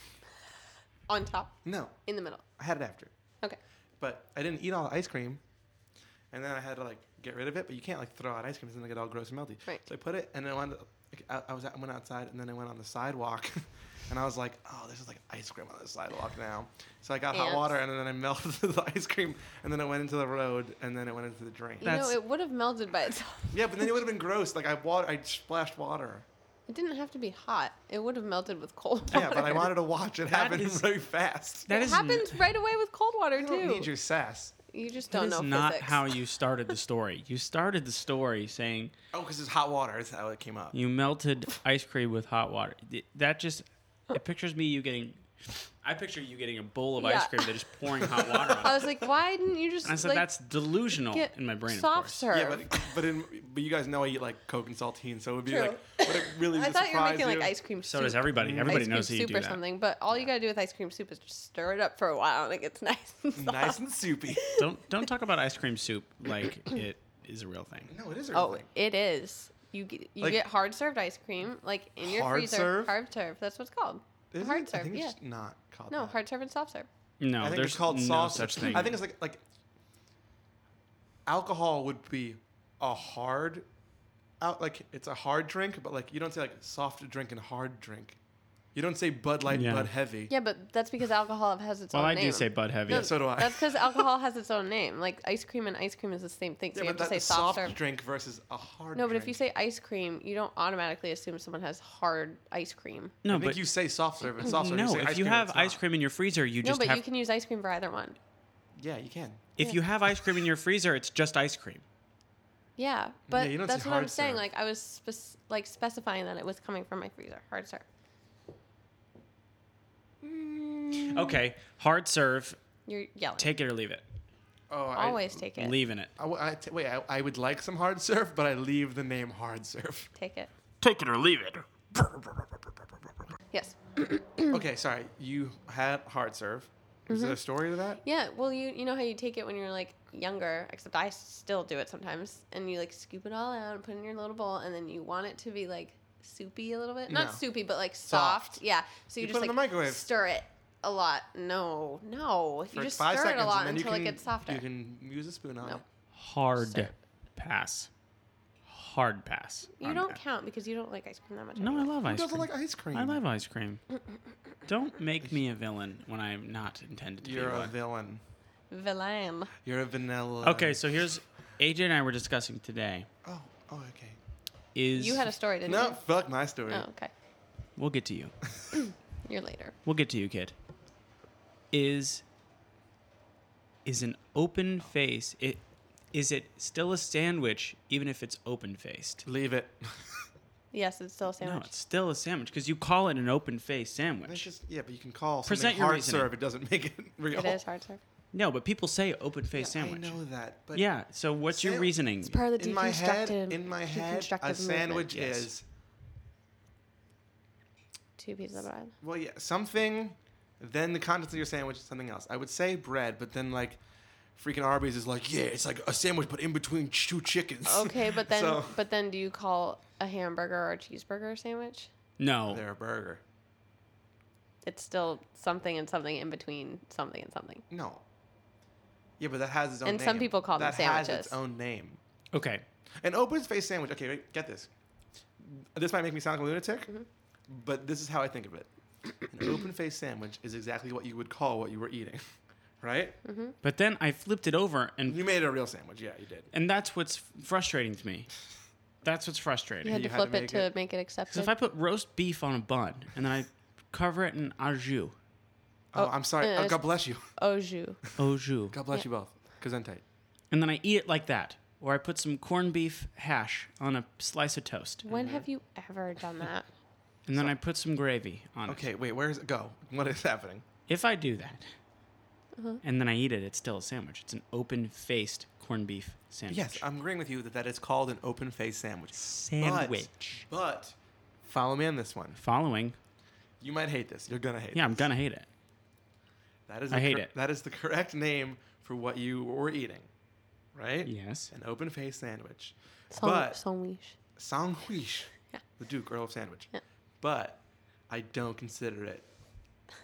A: on top,
C: No,
A: in the middle.
C: I had it after,
A: Okay.
C: but I didn't eat all the ice cream. And then I had to like get rid of it, but you can't like throw out ice cream; it's gonna get all gross and melty.
A: Right.
C: So I put it, and I wanted like, I, I was at, went outside and then I went on the sidewalk, and I was like, oh, this is like ice cream on the sidewalk now. So I got hot
A: Ants.
C: water and then I melted the ice cream and then it went into the road and then it went into the drain.
A: You
B: That's-
A: know, it would have melted by itself.
C: Yeah, but then it would have been gross. Like I water, I splashed water.
A: It didn't have to be hot. It would have melted with cold water.
C: Yeah, but I wanted to watch it happen
B: is-
C: really fast.
B: That
A: it
B: is n-
A: happens right away with cold water
C: you
A: too.
C: don't need your sass.
A: You just
B: That
A: don't
B: is
A: know
B: not
A: physics.
B: how you started the story. You started the story saying
C: Oh, because it's hot water. That's how it came up.
B: you melted ice cream with hot water. Th- That just it pictures me you getting. I picture you getting a bowl of ice
A: Yeah.
B: cream that is pouring hot water on.
A: I
B: it.
A: was like, why didn't you just
B: And I said
A: like
B: that's delusional
A: get
B: in my brain. of
A: soft
B: course."
A: serve?
C: Yeah, but but in, but you guys know I eat like Coke and saltine, so it would be
A: True.
C: like would it really
A: I
C: just
A: thought you were
C: surprise
A: making like
C: you?
A: ice cream
B: So
A: soup.
B: does everybody. Everybody
A: Mm-hmm. ice
B: knows that
A: cream
B: you
A: soup
B: do
A: or
B: that.
A: something, but all you gotta do with ice cream soup is just stir it up for a while and it gets nice and soft.
C: Nice and soupy.
B: Don't don't talk about ice cream soup like it is a real thing.
C: No, it is a real
A: Oh,
C: thing.
A: it is. You get, you
C: Like-
A: get hard served ice cream, like in your
C: Hard
A: freezer.
C: serve?
A: Hard serve. That's what it's called.
C: Is
A: hard
C: it? I
A: serve.
C: think
A: yeah.
C: it's not called.
A: no,
C: that.
A: hard serve and soft serve.
B: No,
C: I think
B: there's
C: it's called
B: no
C: sausage.
B: such thing.
C: I think it's like like alcohol would be a hard out like it's a hard drink, but like you don't say like soft drink and hard drink. You don't say Bud Light,
B: Yeah.
C: Bud Heavy.
A: Yeah, but that's because alcohol has its
B: well,
A: own
B: I
A: name.
B: do say Bud Heavy.
C: Yeah, so do I.
A: That's because alcohol has its own name. Like ice cream and ice cream is the same thing. So
C: Yeah,
A: you have
C: but
A: to
C: that's
A: say
C: a
A: soft,
C: soft
A: serve.
C: drink versus a hard.
A: No, but
C: drink.
A: if you say ice cream, you don't automatically assume someone has hard ice cream.
B: no,
C: I think
B: but
C: you say soft serve and soft serve.
B: no.
C: say ice
B: If you
C: cream and
B: have
C: it's
B: ice
C: not.
B: cream in your freezer, you
A: No,
B: just
A: but
B: have.
A: you can use ice cream for either one.
C: yeah, you can.
B: if you have ice cream in your freezer, it's just ice cream.
A: Yeah, but
C: you don't say
A: that's what I'm
C: hard
A: saying.
C: serve.
A: Like I was spec- like specifying that it was coming from my freezer, hard serve.
B: Okay, hard serve.
A: You're yelling.
B: Take it or leave it.
C: Oh, I-
A: Always take it.
B: Leaving it.
C: I, w- I t- wait, I, I would like some hard serve, but I leave the name hard serve.
A: Take it.
B: Take it or leave it.
A: Yes. Mm.
C: okay, sorry. You had hard serve. Is
A: Mm-hmm.
C: there a story to that?
A: Yeah. Well, you you know how you take it when you're like younger, except I still do it sometimes, and you like scoop it all out and put it in your little bowl, and then you want it to be like soupy a little bit.
C: No.
A: Not soupy, but like soft.
C: Soft.
A: Yeah. So you,
C: You
A: just
C: put
A: like
C: it in the microwave.
A: stir it a lot. No, no.
C: For
A: you just
C: five
A: stir
C: seconds,
A: it a lot
C: and then you
A: until
C: can-
A: it gets softer.
C: You can use a spoon on
A: No.
C: it.
B: Hard
A: Serve.
B: pass. Hard pass.
A: You
B: on
A: don't
B: that.
A: count because you don't like ice cream that much.
B: No, I
A: anyway.
B: love
C: Who
B: ice
C: doesn't
B: cream.
C: like ice cream?
B: I love ice cream. Don't make me a villain when I'm not intended to
C: You're
B: be
C: a
B: one.
C: villain.
A: Villain.
C: You're a vanilla.
B: Okay, so here's AJ and I were discussing today
C: Oh, oh, okay.
B: is
A: You had a story, didn't
C: No,
A: you?
C: fuck my story.
A: Oh, okay.
B: we'll get to you.
A: You're later.
B: We'll get to you, kid. Is is an open face it is it still a sandwich even if it's open faced?
C: Leave it.
A: Yes, it's still a sandwich.
B: No, it's still a sandwich because you call it an open face
C: That's
B: sandwich.
C: just yeah, but you can call something
B: Present your
C: hard
B: reasoning.
C: serve. It doesn't make it real.
A: It is hard serve.
B: No, but people say open face
C: I
B: sandwich.
C: know that, but
B: Yeah. So what's your
C: Sand-
B: reasoning?
A: Part of the
C: in my head,
A: deconstructed-
C: in my head,
A: deconstructive
C: a
A: movement.
C: sandwich
B: Yes.
C: is
A: Two pieces of bread.
C: well, yeah, something. Then the contents of your sandwich is something else. I would say bread, but then like, freaking Arby's is like, yeah, it's like a sandwich, but in between two chickens.
A: Okay, but then
C: So-
A: but then do you call a hamburger or a cheeseburger a sandwich?
B: no.
C: They're a burger.
A: It's still something and something in between something and something.
C: No. Yeah, but that has its own.
A: And some
C: name.
A: people call them
C: that Has
A: sandwiches.
C: its own name.
B: Okay.
C: An open face sandwich. Okay, wait, get this. This might make me sound like a lunatic,
A: Mm-hmm.
C: but this is how I think of it. An open face sandwich is exactly what you would call what you were eating, right?
A: Mm-hmm.
B: But then I flipped it over and
C: You made a real sandwich. Yeah, you did.
B: and that's what's frustrating to me. That's what's frustrating.
A: You had
C: you
A: to
C: had
A: flip
C: to
A: it
C: make
A: to
C: it-
A: make it
B: So
A: accepted.
B: if I put roast beef on a bun and then I cover it in au jus,
C: Oh,
A: Oh,
C: I'm sorry.
A: uh,
C: Oh, God bless you.
A: Au jus.
B: au jus,
C: God bless you both. Gesundheit.
B: and then I eat it like that, or I put some corned beef hash on a slice of toast,
A: When
C: Mm-hmm.
A: have you ever done that?
B: and then I put some gravy on it.
C: Okay, wait. Where is it? Go. What is happening?
B: If I do that,
C: Uh-huh.
B: and then I eat it, it's still a sandwich. It's an open-faced corned beef sandwich.
C: Yes, I'm agreeing with you that, that it's called an open face sandwich.
B: sandwich.
C: But, but follow me on this one.
B: Following,
C: You might hate this. You're gonna hate.
B: yeah, I'm gonna hate it.
C: That is
B: I
C: the
B: hate
C: cor-
B: it.
C: That is the correct name for what you were eating, right?
B: Yes.
C: An open face sandwich.
A: Song,
C: but
A: sandwich.
C: sandwich,
A: Yeah.
C: the Duke Earl of Sandwich.
A: Yeah.
C: But I don't consider it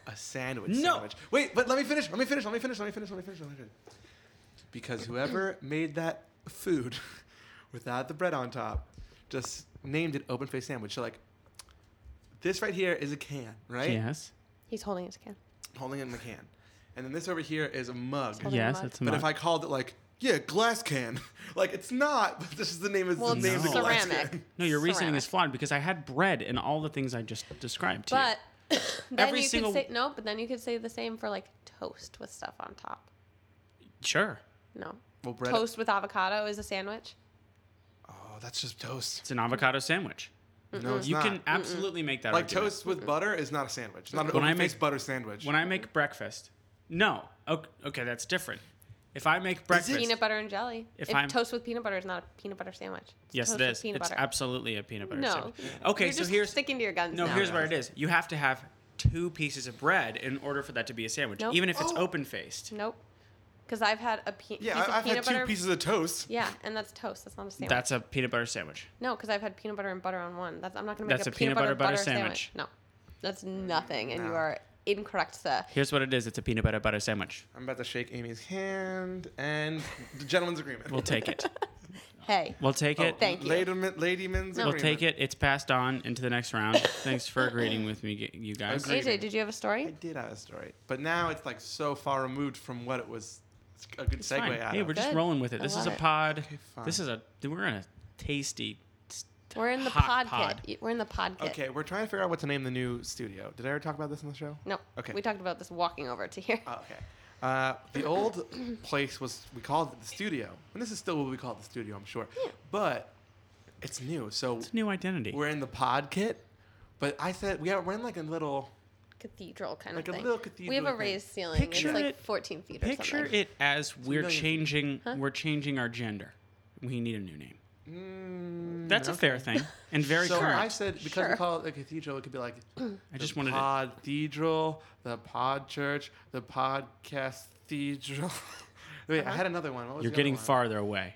C: a sandwich.
B: No.
C: Sandwich. Wait, but let me finish. Let me finish. Let me finish. Let me finish. Let me finish. Let me finish. Because whoever made that food without the bread on top just named it open face sandwich. So like, this right here is a can, right?
B: Yes.
A: He's holding his can.
C: Holding it in the can, and then this over here is a mug.
A: Hold on.
B: Yes,
A: mug.
B: that's a
C: But
B: mug.
C: if I called it like, yeah, glass can, like it's not. But this is the name. Is
A: Well,
C: the
A: it's
C: name of glass
A: ceramic.
C: can.
B: no, your reasoning is
A: ceramic.
B: flawed because I had bread and all the things I just described to
A: But then
B: Every
A: you
B: single-
A: could say no, but then you could say the same for like toast with stuff on top.
B: you. Sure.
A: No.
C: Well, bread.
A: Toast with avocado is a sandwich.
C: Oh, that's just toast.
B: It's an avocado sandwich.
C: No, it's
B: you
C: not.
B: can absolutely make that
C: like
B: argument.
C: toast with butter is not a sandwich. It's not an
B: When I
C: open face
B: make-
C: butter sandwich.
B: When I make breakfast, no. Okay, okay, that's different. If I make breakfast,
A: Peanut butter and jelly.
B: If
A: If,
B: I'm-
A: toast with peanut butter is not a peanut butter sandwich. It's
B: yes, it
A: toast with
B: is.
A: Peanut
B: It's
A: butter.
B: absolutely a peanut butter
A: No.
B: sandwich. Okay,
A: You're
B: so
A: just
B: here's
A: sticking to your guns.
B: no.
A: now.
B: Here's where it is. You have to have two pieces of bread in order for that to be a sandwich,
A: Nope.
B: even if it's
C: Oh.
B: open faced.
A: Nope. Because I've had a pe-
C: yeah,
A: piece
C: I,
A: of
C: I've
A: peanut
C: had two
A: butter.
C: pieces of toast.
A: Yeah, and that's toast. That's not a sandwich.
B: That's a peanut butter sandwich.
A: No, because I've had peanut butter and butter on one. That's I'm not gonna make
B: That's
A: a, peanut, butter, butter, sandwich.
B: sandwich.
A: No, that's nothing, and you
C: No.
A: are incorrect, sir.
B: Here's what it is. It's a peanut butter butter sandwich.
C: I'm about to shake Amy's hand and the gentleman's agreement.
B: We'll take it.
A: Hey,
B: We'll take it.
A: Oh, thank you.
C: Ladyman, ladyman's
A: No.
B: We'll
C: agreement.
B: take it. It's passed on into the next round. Thanks for agreeing with me, g- you guys.
C: Agreed.
A: AJ, did you have a
C: I
A: story?
C: did have a story, but now it's like so far removed from what it was. It's a good segue
B: Fine.
C: out
B: Hey,
C: of.
B: we're just
A: Good.
B: rolling with it.
A: I
B: This is
A: love
B: a
A: it.
B: pod.
C: fine.
B: this is a. We're in a tasty.
A: We're in the
B: hot
A: pod, kit. We're in the pod kit.
C: okay, we're trying to figure out what to name the new studio. Did I ever talk about this on the show?
A: No.
C: Okay.
A: We talked about this walking over to here.
C: Oh, okay. Uh, the old place was we called it the studio, and this is still what we call it, the studio, I'm sure. But it's new, so
B: It's a new identity.
C: we're in the pod kit. But I said we are, we're in like a little.
A: Cathedral kind
C: Like a
A: of thing.
C: little
A: we have
C: cathedral
A: a
C: thing.
A: raised ceiling.
B: Picture
A: it's like
B: it-
A: 14 feet or
B: Picture
A: something.
B: it as we're
C: million-
B: changing. We're changing our gender. We need a new name. That's a fair thing and very
C: mm, so I
B: current.
C: said because we
A: Sure.
C: call it a cathedral, it could be like
B: I just wanted to.
C: pod cathedral, the pod church, the podcast cathedral. Wait, I had another one. What was
B: You're
C: the other
B: getting
C: one?
B: farther away.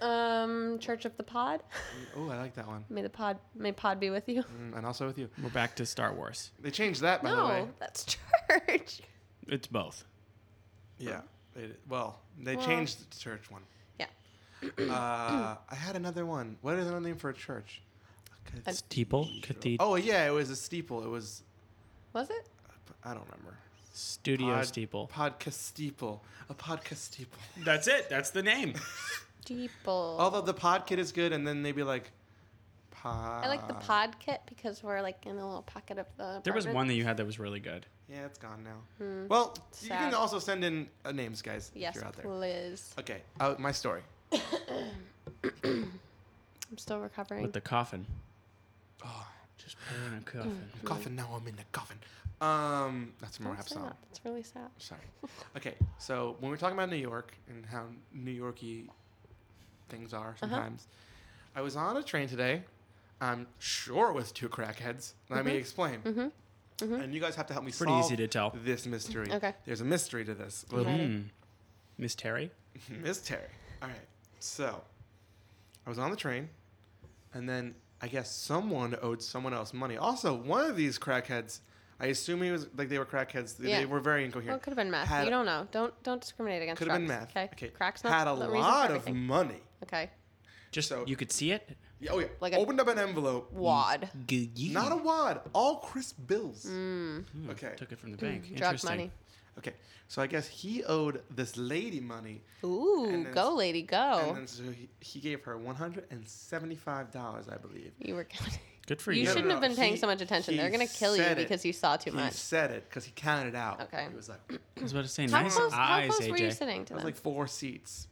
A: Um, Church of the Pod.
C: Oh, I like that one,
A: May the pod may pod be with you.
C: Mm, and also with you.
B: We're back to Star Wars.
C: They changed that by the way.
A: No, that's church.
B: It's both.
C: Yeah. They, well, they
A: Well-
C: changed the church one.
A: Yeah.
C: uh, I had another one. What is another name for a church? A cath-
B: Steeple, cathedral,
C: oh yeah, it was a steeple. It was
A: Was it?
C: I don't remember.
B: studio
C: Oh, Pod-
B: steeple.
C: Podcast steeple. A podcast steeple.
B: That's it. That's the name.
A: Steeple.
C: Although the pod kit is good, and then maybe like pod.
A: I like the pod kit because we're like in a little pocket of the.
B: There was
A: apartment.
B: one that you had that was really good.
C: Yeah, it's gone now. Well,
A: Hmm.
C: you
A: Sad.
C: can also send in uh, names, guys.
A: Yes,
C: if you're out there.
A: please.
C: Okay, uh, my story.
A: I'm still recovering.
B: With the coffin.
C: Oh,
B: Just put her in a coffin.
C: I'm coughing now. I'm in the coffin. Um, that's a more
A: Don't
C: rap
A: say
C: song.
A: that. That's really sad.
C: Sorry. Okay, so when we're talking about New York and how New Yorky things
A: Uh-huh.
C: are sometimes, I was on a train today. I'm sure it was two crackheads. Let
A: Mm-hmm.
C: me explain. And you guys have to help me
B: Pretty
C: solve
B: easy to tell.
C: this mystery.
A: Okay.
C: There's a mystery to this.
B: Mm. Miss Terry?
C: Miss Terry. All right. So, I was on the train, and then I guess someone owed someone else money. Also, one of these crackheads, I assume he was like they were crackheads. They,
A: Yeah.
C: they were very
A: Well,
C: incoherent.
A: it could have been meth.
C: Had-
A: you don't know. Don't don't discriminate against.
C: Could have
A: drugs,
C: been math.
A: Okay. Cracks not
C: Had a
A: the reason for
C: lot of mm.
A: everything.
C: money.
A: Okay.
B: Just
C: So-
B: you could see it?
C: Yeah, oh yeah.
A: Like a-
C: Opened up an envelope.
A: Wad.
C: Not a wad. All crisp bills.
A: Mm.
C: Okay.
B: Took it from the bank.
A: Drug
B: Interesting.
A: Hmm. money.
C: Okay. So I guess he owed this lady money,
A: Ooh,
C: And then
A: go
C: s-
A: lady, go.
C: and then so he, he gave her one hundred and seventy-five dollars, I believe.
A: you were counting.
B: Good for
A: You
B: you.
C: No, no,
A: shouldn't have
C: no.
A: been paying
C: He-
A: so much attention.
C: he
A: They're gonna kill you
C: said it.
A: because you saw too
C: he
A: much.
C: said it because he counted it out.
A: Okay.
C: He was like,
B: I was about to say,
A: How
B: nice
A: close?
B: eyes,
A: how close
B: AJ.
A: were you sitting to
C: that was
A: them?
C: like four seats.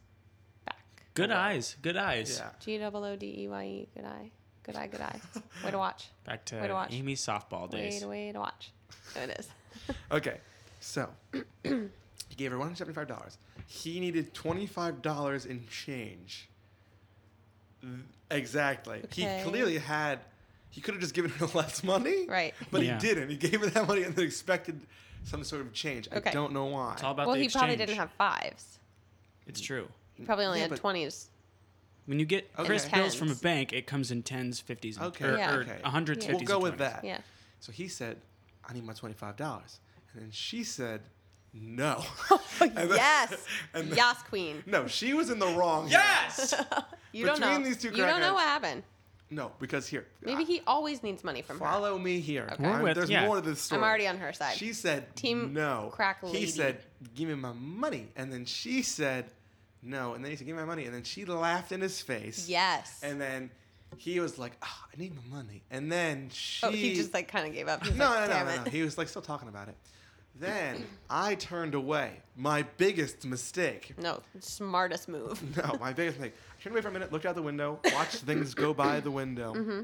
A: Back.
B: Good eyes. Good eyes.
C: Yeah.
A: G double O D E Y E. Good eye. Good eye. Good eye. Way to watch.
B: Back to,
A: Way to watch.
B: Amy's softball
A: Way
B: days.
A: to way to watch. There it is.
C: Okay. So he gave her one hundred seventy-five dollars. He needed twenty-five dollars in change. Th- Exactly.
A: Okay.
C: He clearly had. He could have just given her less money.
A: Right.
C: But
B: Yeah.
C: he didn't. He gave her that money and then expected some sort of change. I
A: Okay.
C: don't know why.
B: It's all about
A: well,
B: the
A: he probably
B: exchange.
A: didn't have fives.
B: It's true.
A: He probably only
C: Yeah,
A: had
C: but-
A: twenties.
B: When you get
C: Okay.
B: crisp bills from a
A: Tens.
B: bank, it comes in tens, fifties, and
C: Okay.
B: or,
A: Yeah.
B: or
C: Okay.
B: a hundreds,
A: Yeah.
B: fifties.
C: We'll go
B: and
C: with
B: 20s.
C: that.
A: Yeah.
C: So he said, I need my $25. And then she said, no. And then-
A: Oh, yes.
C: and then-
A: yes, queen.
C: No, she was in the wrong. here.
B: Yes.
A: You don't know.
C: Between these two
A: you don't know
C: crackheads.
A: what happened.
C: No, because here.
A: Maybe he always needs money from her.
C: Follow me here.
A: Okay.
C: I'm-
B: With-
C: There's
B: yeah.
C: more to this story.
A: I'm already on her side.
C: She said,
A: Team
C: no."
A: crack
C: he
A: lady.
C: said, "Give me my money," and then she said, "No," and then he said, "Give me my money," and then she laughed in his face.
A: Yes.
C: And then he was like, oh, "I need my money," and then she.
A: oh, he just like kind of gave up. He's
C: no,
A: like,
C: no, no,
A: Damn
C: no,
A: it.
C: no. He was like still talking about it. Then I turned away. My biggest mistake.
A: No, smartest move.
C: No, my biggest mistake. I turned away for a minute, looked out the window, watched things go by the window.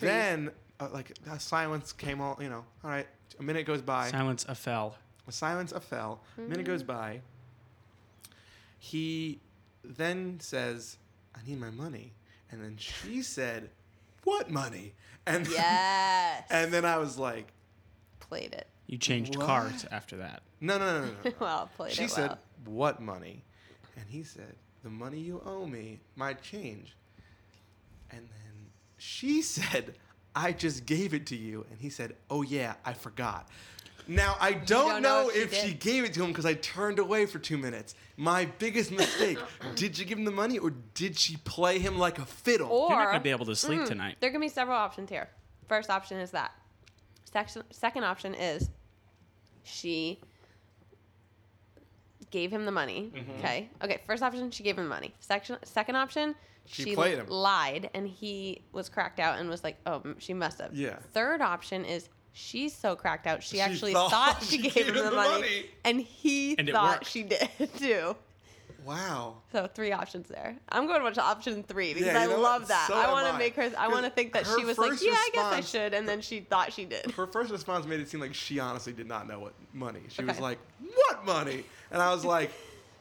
C: Then, uh, like, uh, silence came all, you know, all right, a minute goes by.
B: Silence a fell.
C: The silence of fell. A minute goes by. He then says, I need my money. And then she said, What money? And then-
A: Yes.
C: and then I was like,
A: played it.
B: You changed
C: What?
B: cars after that.
C: No, no, no, no, no. no.
A: Well, played
C: she
A: it
C: said,
A: well.
C: What money? And he said, The money you owe me, my change. And then she said, I just gave it to you. And he said, Oh, yeah, I forgot. Now, I don't,
A: don't
C: know,
A: know if
C: if
A: she
C: she
A: did.
C: gave it to him because I turned away for two minutes. My biggest mistake. did she give him the money or did she play him like a fiddle?
A: Or
B: You're not gonna be able to sleep tonight.
A: Hmm. There can be several options here. First option is that. Section, second option is she gave him the money. Okay. Okay. First option, she gave him the money. Section, second option,
C: She
A: she,
C: played him.
A: lied and he was cracked out and was like, oh, m- she must have.
C: Yeah.
A: Third option is she's so cracked out, she,
C: She
A: actually
C: thought
A: thought, she, gave, him the, money,
C: money.
A: And he
B: And it
A: thought
B: worked.
A: she did too.
C: Wow.
A: So three options there. I'm going with option three because
C: Yeah,
A: I
C: you know what?
A: love that.
C: So
A: I
C: am
A: want
C: I.
A: to make her. I want to
C: 'Cause
A: think that
C: her
A: she was like,
C: first
A: yeah, I guess I
C: response-
A: should, and then she thought she did.
C: her first response made it seem like she honestly did not know what money. She was
A: Okay.
C: like, "What money?" And I was like,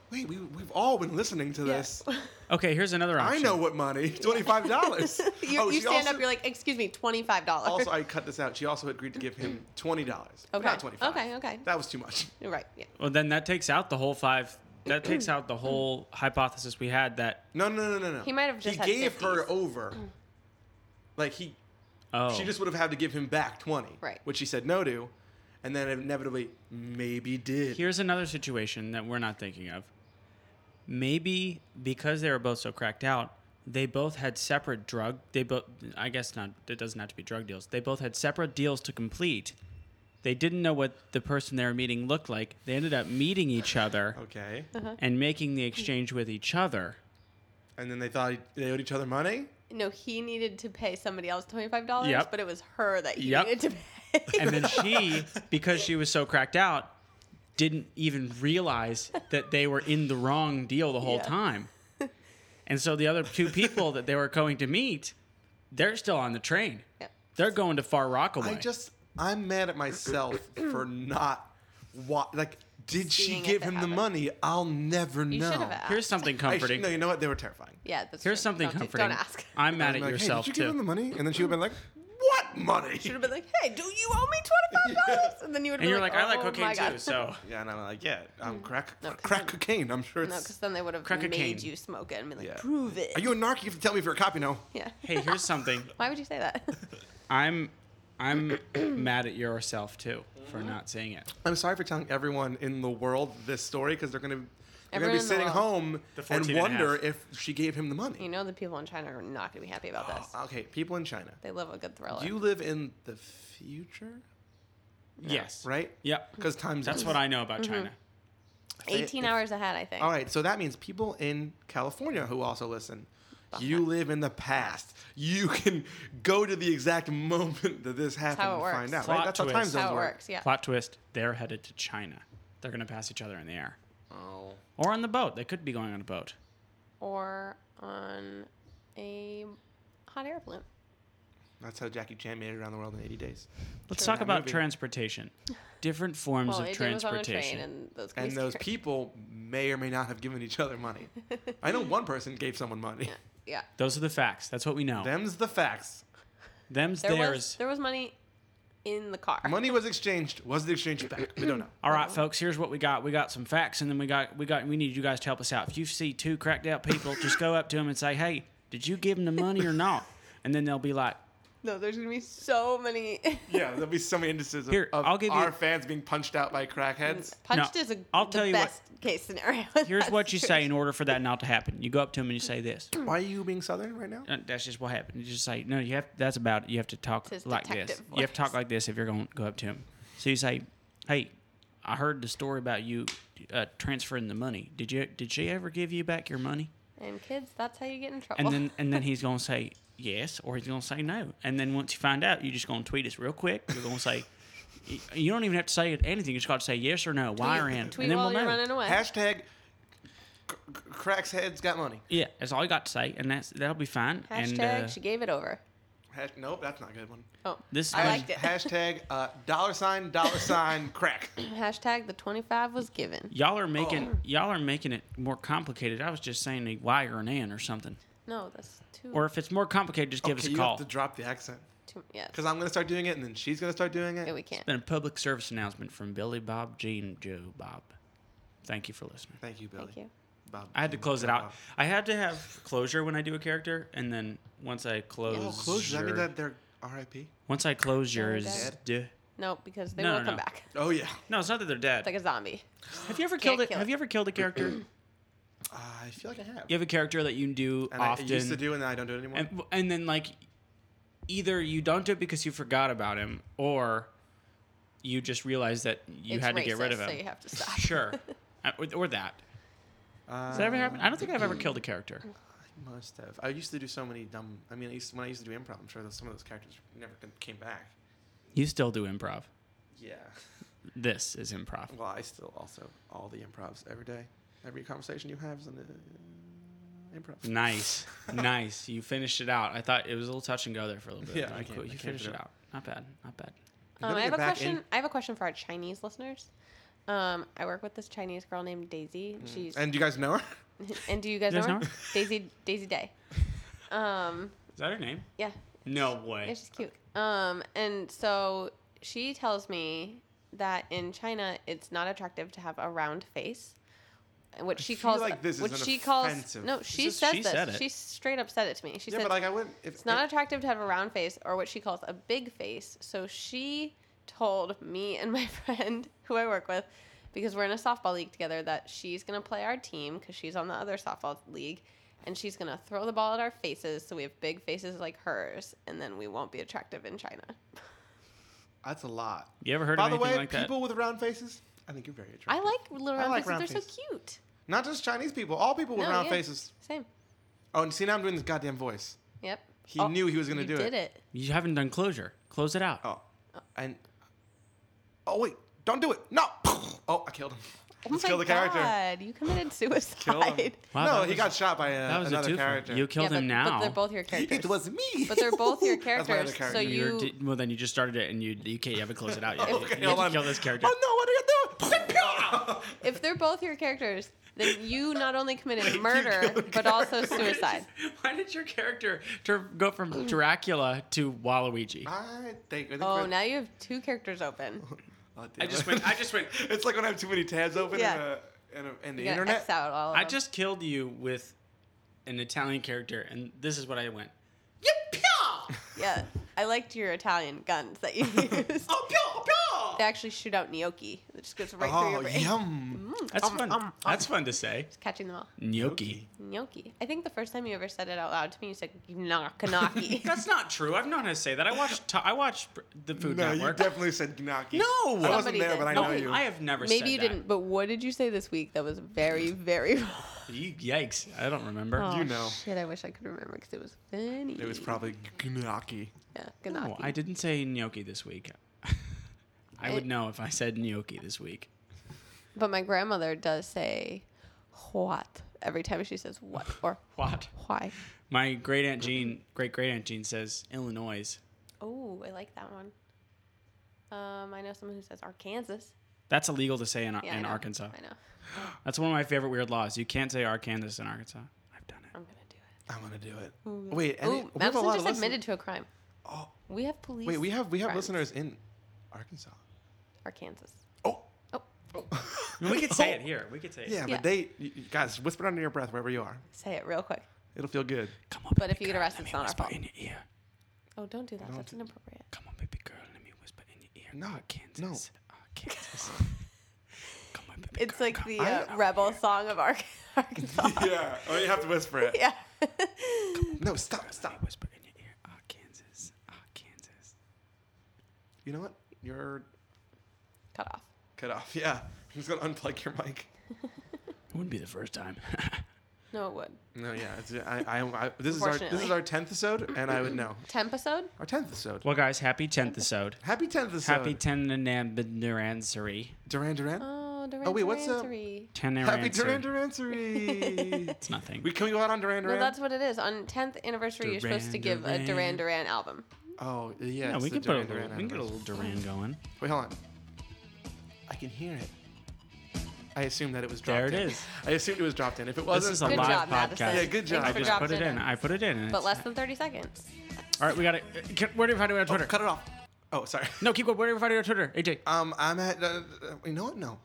C: "Wait, we we've all been listening to
A: Yeah.
C: this.
B: Okay, here's another option.
C: I know what money. Twenty five dollars." Oh,
A: you
B: Oh,
A: you stand up. You're like, excuse me, twenty five dollars.
C: Also, I cut this out. She also agreed to give him twenty dollars. Okay.
A: Okay.
C: Not twenty five.
A: Okay, okay.
C: That was too much.
A: You're right. Yeah.
B: Well, then that takes out the whole five. That takes out the whole hypothesis we had that
C: No, no, no, no, no.
A: He might have just
C: He
A: had
C: gave
A: 50s.
C: her over. Like he,
B: oh
C: she just would have had to give him back twenty.
A: Right.
C: Which she said no to, and then inevitably maybe did.
B: Here's another situation that we're not thinking of. Maybe because they were both so cracked out, they both had separate drug. They both, I guess not. It doesn't have to be drug deals. They both had separate deals to complete. They didn't know what the person they were meeting looked like. They ended up meeting each other
C: Okay.
A: Uh-huh.
B: and making the exchange with each other.
C: And then they thought he- they owed each other money.
A: No, he needed to pay somebody else twenty five dollars,
B: Yep.
A: but it was her that he
B: Yep.
A: needed to pay.
B: And then she, because she was so cracked out, didn't even realize that they were in the wrong deal the whole
A: Yeah.
B: time. And so the other two people that they were going to meet, they're still on the train.
A: Yep.
B: They're going to
C: I
B: Far Rockaway.
C: just I'm mad at myself for not wa- like
A: Seeing
C: did she
A: it
C: give him
A: happen.
C: the money? I'll never
A: you
C: know.
A: should have asked.
B: Here's something
C: I should-
B: comforting.
C: no, you know what? They were terrifying.
A: yeah, that's
B: Here's
A: true.
B: something
A: Don't do-
B: comforting.
A: Don't ask.
B: I'm mad
C: I'm
B: at
C: like,
B: yourself
C: hey, did you give him
B: too.
C: the money? And then she would have been like, "What money?"
A: Should have been like, hey, do you owe me twenty five dollars? And then you would.
B: and you're like, I like
A: oh my
B: cocaine
A: God.
B: too. So
C: Yeah, and I'm like, "Yeah, I'm crack
A: Mm. No, 'cause
C: crack
A: then-
C: cocaine. I'm sure
A: No,
C: it's.
A: because then they would have
B: Crack a
A: made
B: cane.
A: you smoke it and be like,
C: Yeah.
A: prove it.
C: Are you a narc? You have to tell me if you're a cop. You know.
A: yeah.
B: hey, here's something.
A: Why would you say that?
B: I'm I'm mad at yourself too for not saying it.
C: I'm sorry for telling everyone in the world this story because they're gonna they're gonna
A: Everyone
C: be
A: in the
C: sitting
A: world.
C: home
B: The 14
C: and
B: and a
C: wonder
B: half.
C: if she gave him the money.
A: You know the people in China are not going to be happy about this.
C: okay, people in China,
A: They love a good thriller.
C: you live in the future,
B: Yes.
C: right?
B: Yep.
C: Because time's
B: That's what I know about
A: Mm-hmm.
B: China.
A: 18
C: if-
A: hours ahead, I think.
C: All right, so that means people in California who also listen. You live in the past. You can go to the exact moment that this happened
A: how it
C: and
A: works.
C: find out.
B: Plot
C: Right? That's how time
B: twist.
C: zones
A: How it
C: work.
A: works, yeah.
B: Plot twist: They're headed to China. They're gonna pass each other in the air. Or on the boat. They could be going on a boat.
A: Or on a hot air balloon.
C: That's how Jackie Chan made it around the world in 80 days.
B: Let's
C: Sure.
B: talk
C: That
B: about
C: movie.
B: transportation. Different forms
A: Well,
B: of
A: it was on a train,
B: transportation.
A: and those,
C: And
A: guys
C: those
A: carried-
C: people may or may not have given each other money. I know one person gave someone money.
A: Yeah.
B: Those are the facts. That's what we know.
C: Them's the facts.
B: Them's
A: There
B: theirs.
A: was, there was money in the car.
C: Money was exchanged. Was it exchanged back? We don't know.
B: All right, folks. Here's what we got. We got some facts, and then we got we got we need you guys to help us out. If you see two cracked out people, just go up to them and say, "Hey, did you give them the money or not?" And then they'll be like,
A: No, there's gonna be so many.
C: Yeah, there'll be so many instances of,
B: Here,
C: of
B: I'll give you-
C: our fans being punched out by crackheads.
A: Punched
B: No,
A: is a,
B: I'll
A: the
B: tell you what-
A: best case scenario.
B: Here's what you say in
A: saying.
B: order for that not to happen. You go up to him and you say this.
C: Why are you being southern right now?
B: Uh, That's just what happened. You just say no. You have that's about. It. You have to talk
A: It's his
B: like this.
A: detective
B: You have to talk
A: voice.
B: like this if you're going to go up to him. So you say, "Hey, I heard the story about you uh, transferring the money. Did you? Did she ever give you back your money?"
A: And kids, that's how you get in trouble.
B: And then and then he's gonna say yes or he's gonna say no. And then once you find out, you're just gonna tweet us real quick. You're gonna say. y- You don't even have to say anything. You just got to say yes or no, why or and,
A: tweet
B: and then
A: while
B: we'll
A: you're
B: know.
A: running away.
C: Hashtag c- c- cracks heads got money.
B: Yeah, that's all you got to say, and that's that'll be fine.
A: Hashtag
B: and uh,
A: she gave it over.
C: Hash- nope, that's not a good one.
A: Oh,
B: this
A: I
B: is-
A: liked it.
C: Hashtag uh, dollar sign dollar sign crack.
A: Hashtag the 25 was given.
B: Y'all are making
C: Oh.
B: y'all are making it more complicated. I was just saying a why or an and or something.
A: No, that's too.
B: Or if it's more complicated, just give
C: okay,
B: us a
C: you
B: call.
C: have to drop the accent
A: too yeah.
C: because I'm gonna start doing it, and then she's gonna start doing
A: Yeah,
C: it.
A: we can't.
B: Then a public service announcement from Billy Bob Jean Joe Bob. Thank you for listening.
C: Thank you, Billy.
A: Thank you.
C: Bob.
B: I had to close it out. I had to have closure when I do a character, and then once I close,
C: Oh, close. Does that mean that they're R.I.P.?
B: once I close yours,
A: dead?
B: duh.
A: No, because they
B: No,
A: will
B: no,
A: come
B: no.
A: back.
C: Oh yeah.
B: no, it's not that they're dead.
A: It's like a zombie.
B: have you ever killed it?
A: kill
B: Have
A: it.
B: you ever killed a character?
C: Uh, I feel like I have.
B: you have a character that you do
C: And
B: often.
C: I used to do, and I don't do it anymore.
B: and, and then like either you don't do it because you forgot about him or you just realize that you
A: It's
B: had to get rid
A: racist,
B: of him
A: So you have to stop.
B: sure Uh, or, or that does that ever happen i don't think i've ever killed a character
C: Uh, I must have. I used to do so many dumb. I mean, I used, when I used to do improv, I'm sure that some of those characters never c- came back.
B: you still do improv
C: Yeah.
B: this is improv
C: Well, I still also all the improvs every day. Every conversation you have is an uh, improv.
B: nice nice you finished it out i thought it was a little touch and go there for a little bit
C: Yeah,
B: but
C: I
B: you
C: can't-
B: qu-
C: I
B: you
C: can't
B: finished
C: do
B: it
C: that.
B: out not bad not bad
C: Let
A: Um,
C: me
A: I
C: get
A: have a
C: back in.
A: question. I have a question for our Chinese listeners. Um, I work with this Chinese girl named Daisy. She's
C: And you guys know her?
A: and do you guys
B: You
A: know, her?
B: guys know
A: Daisy Daisy Day. Um,
B: is that her name
A: yeah,
B: no
A: yeah,
B: way
A: she's cute. Um, and so she tells me that in China it's not attractive to have a round face, which she
C: feel
A: calls
C: like this is
A: which
C: an
A: she calls
C: offensive-
A: no, she
B: just-
A: says
B: she
A: this.
B: said it.
A: She straight up said it to me. She
C: Yeah,
A: said
C: but like I wouldn't. If, uh,
A: it's not
C: if,
A: attractive to have a round face or what she calls a big face. So she told me and my friend who I work with, because we're in a softball league together, that she's going to play our team because she's on the other softball league and she's going to throw the ball at our faces so we have big faces like hers and then we won't be attractive in China.
C: that's a lot.
B: you ever heard
C: By
B: of
C: the
B: anything
C: way,
B: like that
C: people with round faces, I think you're very attractive.
A: I like little round
C: like
A: faces.
C: round
A: They're
C: faces.
A: so cute.
C: Not just Chinese people, all people with
A: No,
C: round
A: yeah.
C: faces.
A: Same.
C: Oh, and see now I'm doing this goddamn voice.
A: Yep.
C: He knew he was gonna
A: you
C: do it.
A: did it.
B: you haven't done closure close it out
C: Oh, and oh wait, don't do it. No. Oh, I killed him.
A: Oh
C: Let's
A: my
C: kill the character.
A: God, you committed suicide.
C: Kill him.
B: Wow,
C: no,
B: that
C: he
B: was-
C: got shot by
B: that
C: a,
B: was
C: another
B: a two
C: character.
B: you killed
A: Yeah,
B: him
A: but,
B: now
A: But they're both your characters.
C: it was me.
A: But they're both your
C: That's my
A: characters,
C: other
A: so
C: character.
A: you-
B: You're di- well, then you just started it, and you you can't. You haven't closed it out yet.
C: Okay,
B: you
C: hold
B: have to
C: on.
B: kill this character.
C: Oh no, what are you doing?
A: if they're both your characters, then you not only committed murder but also suicide.
B: Why did your character tur- go from Dracula to Waluigi?
C: I think. I think
A: Oh,
C: we're-
A: now you have two characters open.
C: Oh, damn
B: I just
C: it.
B: went. I just went.
C: It's like when I have too many tabs open
A: Yeah.
C: and, a, and, a, and the
A: You gotta
C: internet.
A: X out all of
B: I
A: them.
B: just killed you with an Italian character, and this is what I went.
A: yeah. I liked your Italian guns that you used.
C: Oh, pew, pew.
A: they actually shoot out gnocchi. It just goes right through your
C: Oh,
A: brain. Mm.
C: yum.
B: That's fun.
C: um,
B: That's fun to say.
A: Catching them all.
B: Gnocchi.
A: Gnocchi. I think the first time you ever said it out loud to me, you said knock gnocchi.
B: That's not true. I've known how to say that. I watched. I watched the Food
C: No, you
B: Network.
C: definitely said gnocchi.
B: No!
C: I wasn't
A: Somebody
C: there,
A: did.
C: but I
A: No,
C: know you.
B: I have never. said
A: Maybe you
B: that.
A: didn't, but what did you say this week that was very, very wrong?
B: You- yikes! I don't remember.
A: Oh,
C: You know.
A: Shit, I wish I could remember because it was funny.
C: It was probably gnocchi.
A: Yeah, gnocchi.
B: No, Oh, I didn't say gnocchi this week. I
A: Eh.
B: would know if I said gnocchi this week.
A: But my grandmother does say what every time she says what or
B: What?
A: why.
B: My great aunt Jean, great great aunt Jean says Illinois.
A: Oh, I like that one. Um, I know someone who says Arkansas.
B: That's illegal to say in,
A: Yeah, I
B: in
A: know.
B: Arkansas.
A: I know.
B: That's one of my favorite weird laws. You can't say Arkansas in Arkansas. I've done it.
A: I'm gonna do
C: I'm gonna do it. Wait,
A: it.
C: and
A: Ooh, Madison just admitted to a crime.
C: Oh.
A: We have police.
C: Wait, we have we have
A: crimes.
C: listeners in Arkansas.
A: Arkansas.
C: Oh,
A: Oh,
B: We could say it here. We could say it.
C: yeah,
A: Yeah.
C: but they you- you guys whisper it under your breath wherever you are.
A: say it real quick.
C: It'll feel good.
B: Come up
A: But
B: and
A: if
B: be
A: you get
B: good.
A: arrested,
B: Let
A: it's
B: me
A: not our
B: whisper
A: fault.
B: in your ear.
A: Oh, don't do that. That's inappropriate.
B: Come on, baby girl, let me whisper in your ear.
C: No,
B: Ah, Kansas. Ah, Kansas. Come on, baby
A: It's
B: girl,
A: like
B: come
A: the
B: on.
A: uh, rebel song of Ar- Arkansas.
C: yeah. Oh, you have to whisper it.
A: yeah.
C: No, stop,
B: Let
C: stop.
B: me whisper in your ear. Ah, Kansas. Ah, Kansas.
C: You know what? You're
A: Cut off.
C: cut off. Yeah. I'm just gonna unplug your mic.
B: It wouldn't be the first time.
A: No, it would.
C: No, yeah. It's, I, I, I, this is our this is
A: Unfortunately.
C: our tenth episode, and I would know.
A: Tempisode?
C: Our tenth episode.
B: well, guys, happy 10th episode.
C: Happy tenth episode.
B: Happy 10th anniversary.
C: Duran Duran.
A: Oh, Duran
C: Oh, wait, what's, uh,
A: Durancery.
B: 10
C: Happy Duran
B: anniversary.
C: Durancery.
B: It's nothing.
C: we can we go out on Duran Duran?
A: No, that's what it is. On 10th anniversary, you're supposed to give a
B: Duran.
A: Duran Duran album.
C: oh yeah.
B: no,
C: it's
B: we
C: the
B: can put a
C: Duran Duran
B: little, we can get a
C: anniversary.
B: little Duran going.
C: Wait, hold on. I can hear it. I assumed that it was dropped
B: There
C: in.
B: it is.
C: I assumed it was dropped in. If it
B: This
C: wasn't,
B: is a
A: Good
B: live
A: job,
B: podcast.
A: Madison.
C: Yeah, good job.
A: Thanks
B: I
A: for
B: just
A: dropping
B: put it in. I put it in. and
A: But
B: it's-
A: less than 30 seconds.
B: All right, we got it. Uh, Where do we find you on
C: oh,
B: Twitter?
C: cut it off. Oh, sorry.
B: No, keep going. Where do we find you on Twitter? AJ.
C: Um, I'm at. Uh, uh, you know what? No,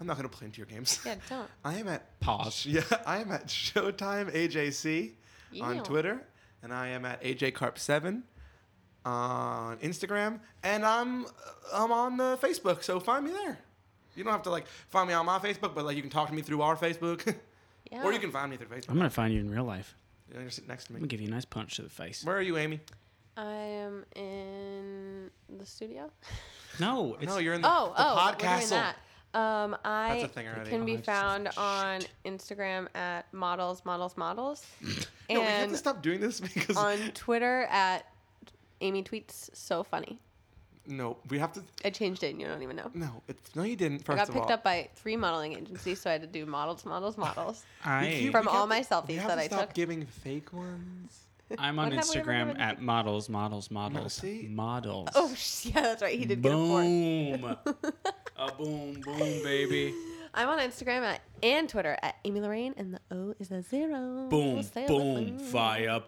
C: I'm not gonna play into your games.
A: Yeah, don't.
C: I am at.
B: Pause.
C: Yeah, I am at Showtime AJC on
A: Ew.
C: Twitter, and I am at AJCarp7 on Instagram, and I'm uh, I'm on the Facebook. So find me there. You don't have to like find me on my Facebook, but like you can talk to me through our Facebook,
A: Yeah.
C: or you can find me through Facebook.
B: I'm going to find you in real life.
C: You know, You're sitting next to
B: I'm going
C: me.
B: to give you a nice punch to the face.
C: Where are you, Amy?
A: I am in the studio.
B: No, it's
C: no, you're in the,
A: Oh,
C: the
A: oh, we're doing
C: podcast.
A: that. Um, I
C: That's a thing already.
A: can
C: Oh,
A: be
C: it's just-
A: found on Instagram at models, models, models,
C: No, we have to
A: and
C: stop doing this because
A: on Twitter at Amy tweets so funny.
C: no, we have to.
A: I changed it, and you don't even know.
C: No, it's no, you didn't. First
A: I got
C: of
A: picked
C: all,
A: up by three modeling agencies, so I had to do models, models, models.
B: I,
C: You-
A: From
C: we
A: all
C: have to-
A: my selfies
C: we have
A: that
C: to
A: I
C: stop
A: took.
C: giving fake ones.
B: I'm on
A: What have we ever
B: Instagram
A: given-
B: at models, models, models,
C: see?
B: models.
A: Oh, sh- yeah, that's right. He did get a four.
B: boom. a boom, boom, baby.
A: I'm on Instagram at and Twitter at Amy Lorraine, and the O is a zero.
B: Boom,
A: Say it with
B: boom,
A: me.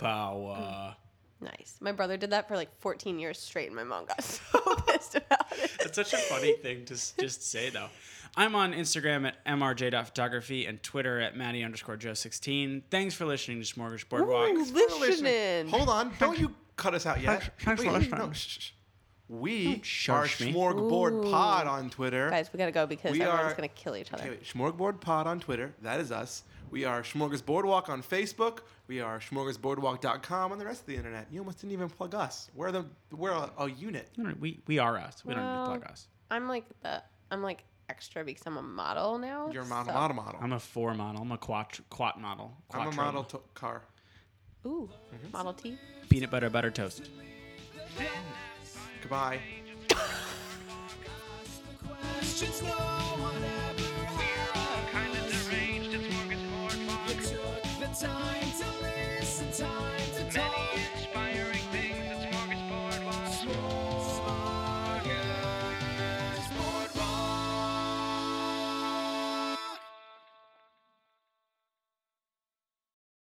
B: firepower.
A: Nice. My brother did that for like 14 years straight, and my mom got so pissed about it.
B: That's such a funny thing to s- just say, though. I'm on Instagram at mrj.photography and Twitter at Maddie underscore Joe16. Thanks for listening to Smorgasbord
C: Oh
B: Boardwalk.
A: Ooh, listening.
C: Hold on, don't you cut us out yet.
B: thanks for
C: Wait,
B: listening.
C: no, shh, shh, shh. We are
B: shush me.
C: Smorgboard
A: Ooh.
C: Pod on Twitter.
A: Guys, we gotta go because
C: We
A: everyone's
C: are-
A: gonna kill each other.
C: Okay, wait, Smorgboard Pod on Twitter. That is us. We are Smorgas Boardwalk on Facebook. We are smorgasboardwalk.com on the rest of the internet. You almost didn't even plug us. We're the we're a, a unit.
B: We, we are us. We don't need
A: Well,
B: to plug us.
A: I'm like the I'm like extra because I'm a model now.
C: You're a model,
A: so-
C: model, model.
B: I'm a four model. I'm a quat, quat model.
C: I'm a
B: Quattro
C: model to- car.
A: Ooh, model T.
B: Peanut butter, butter toast.
C: Goodbye.
D: Questions no one ever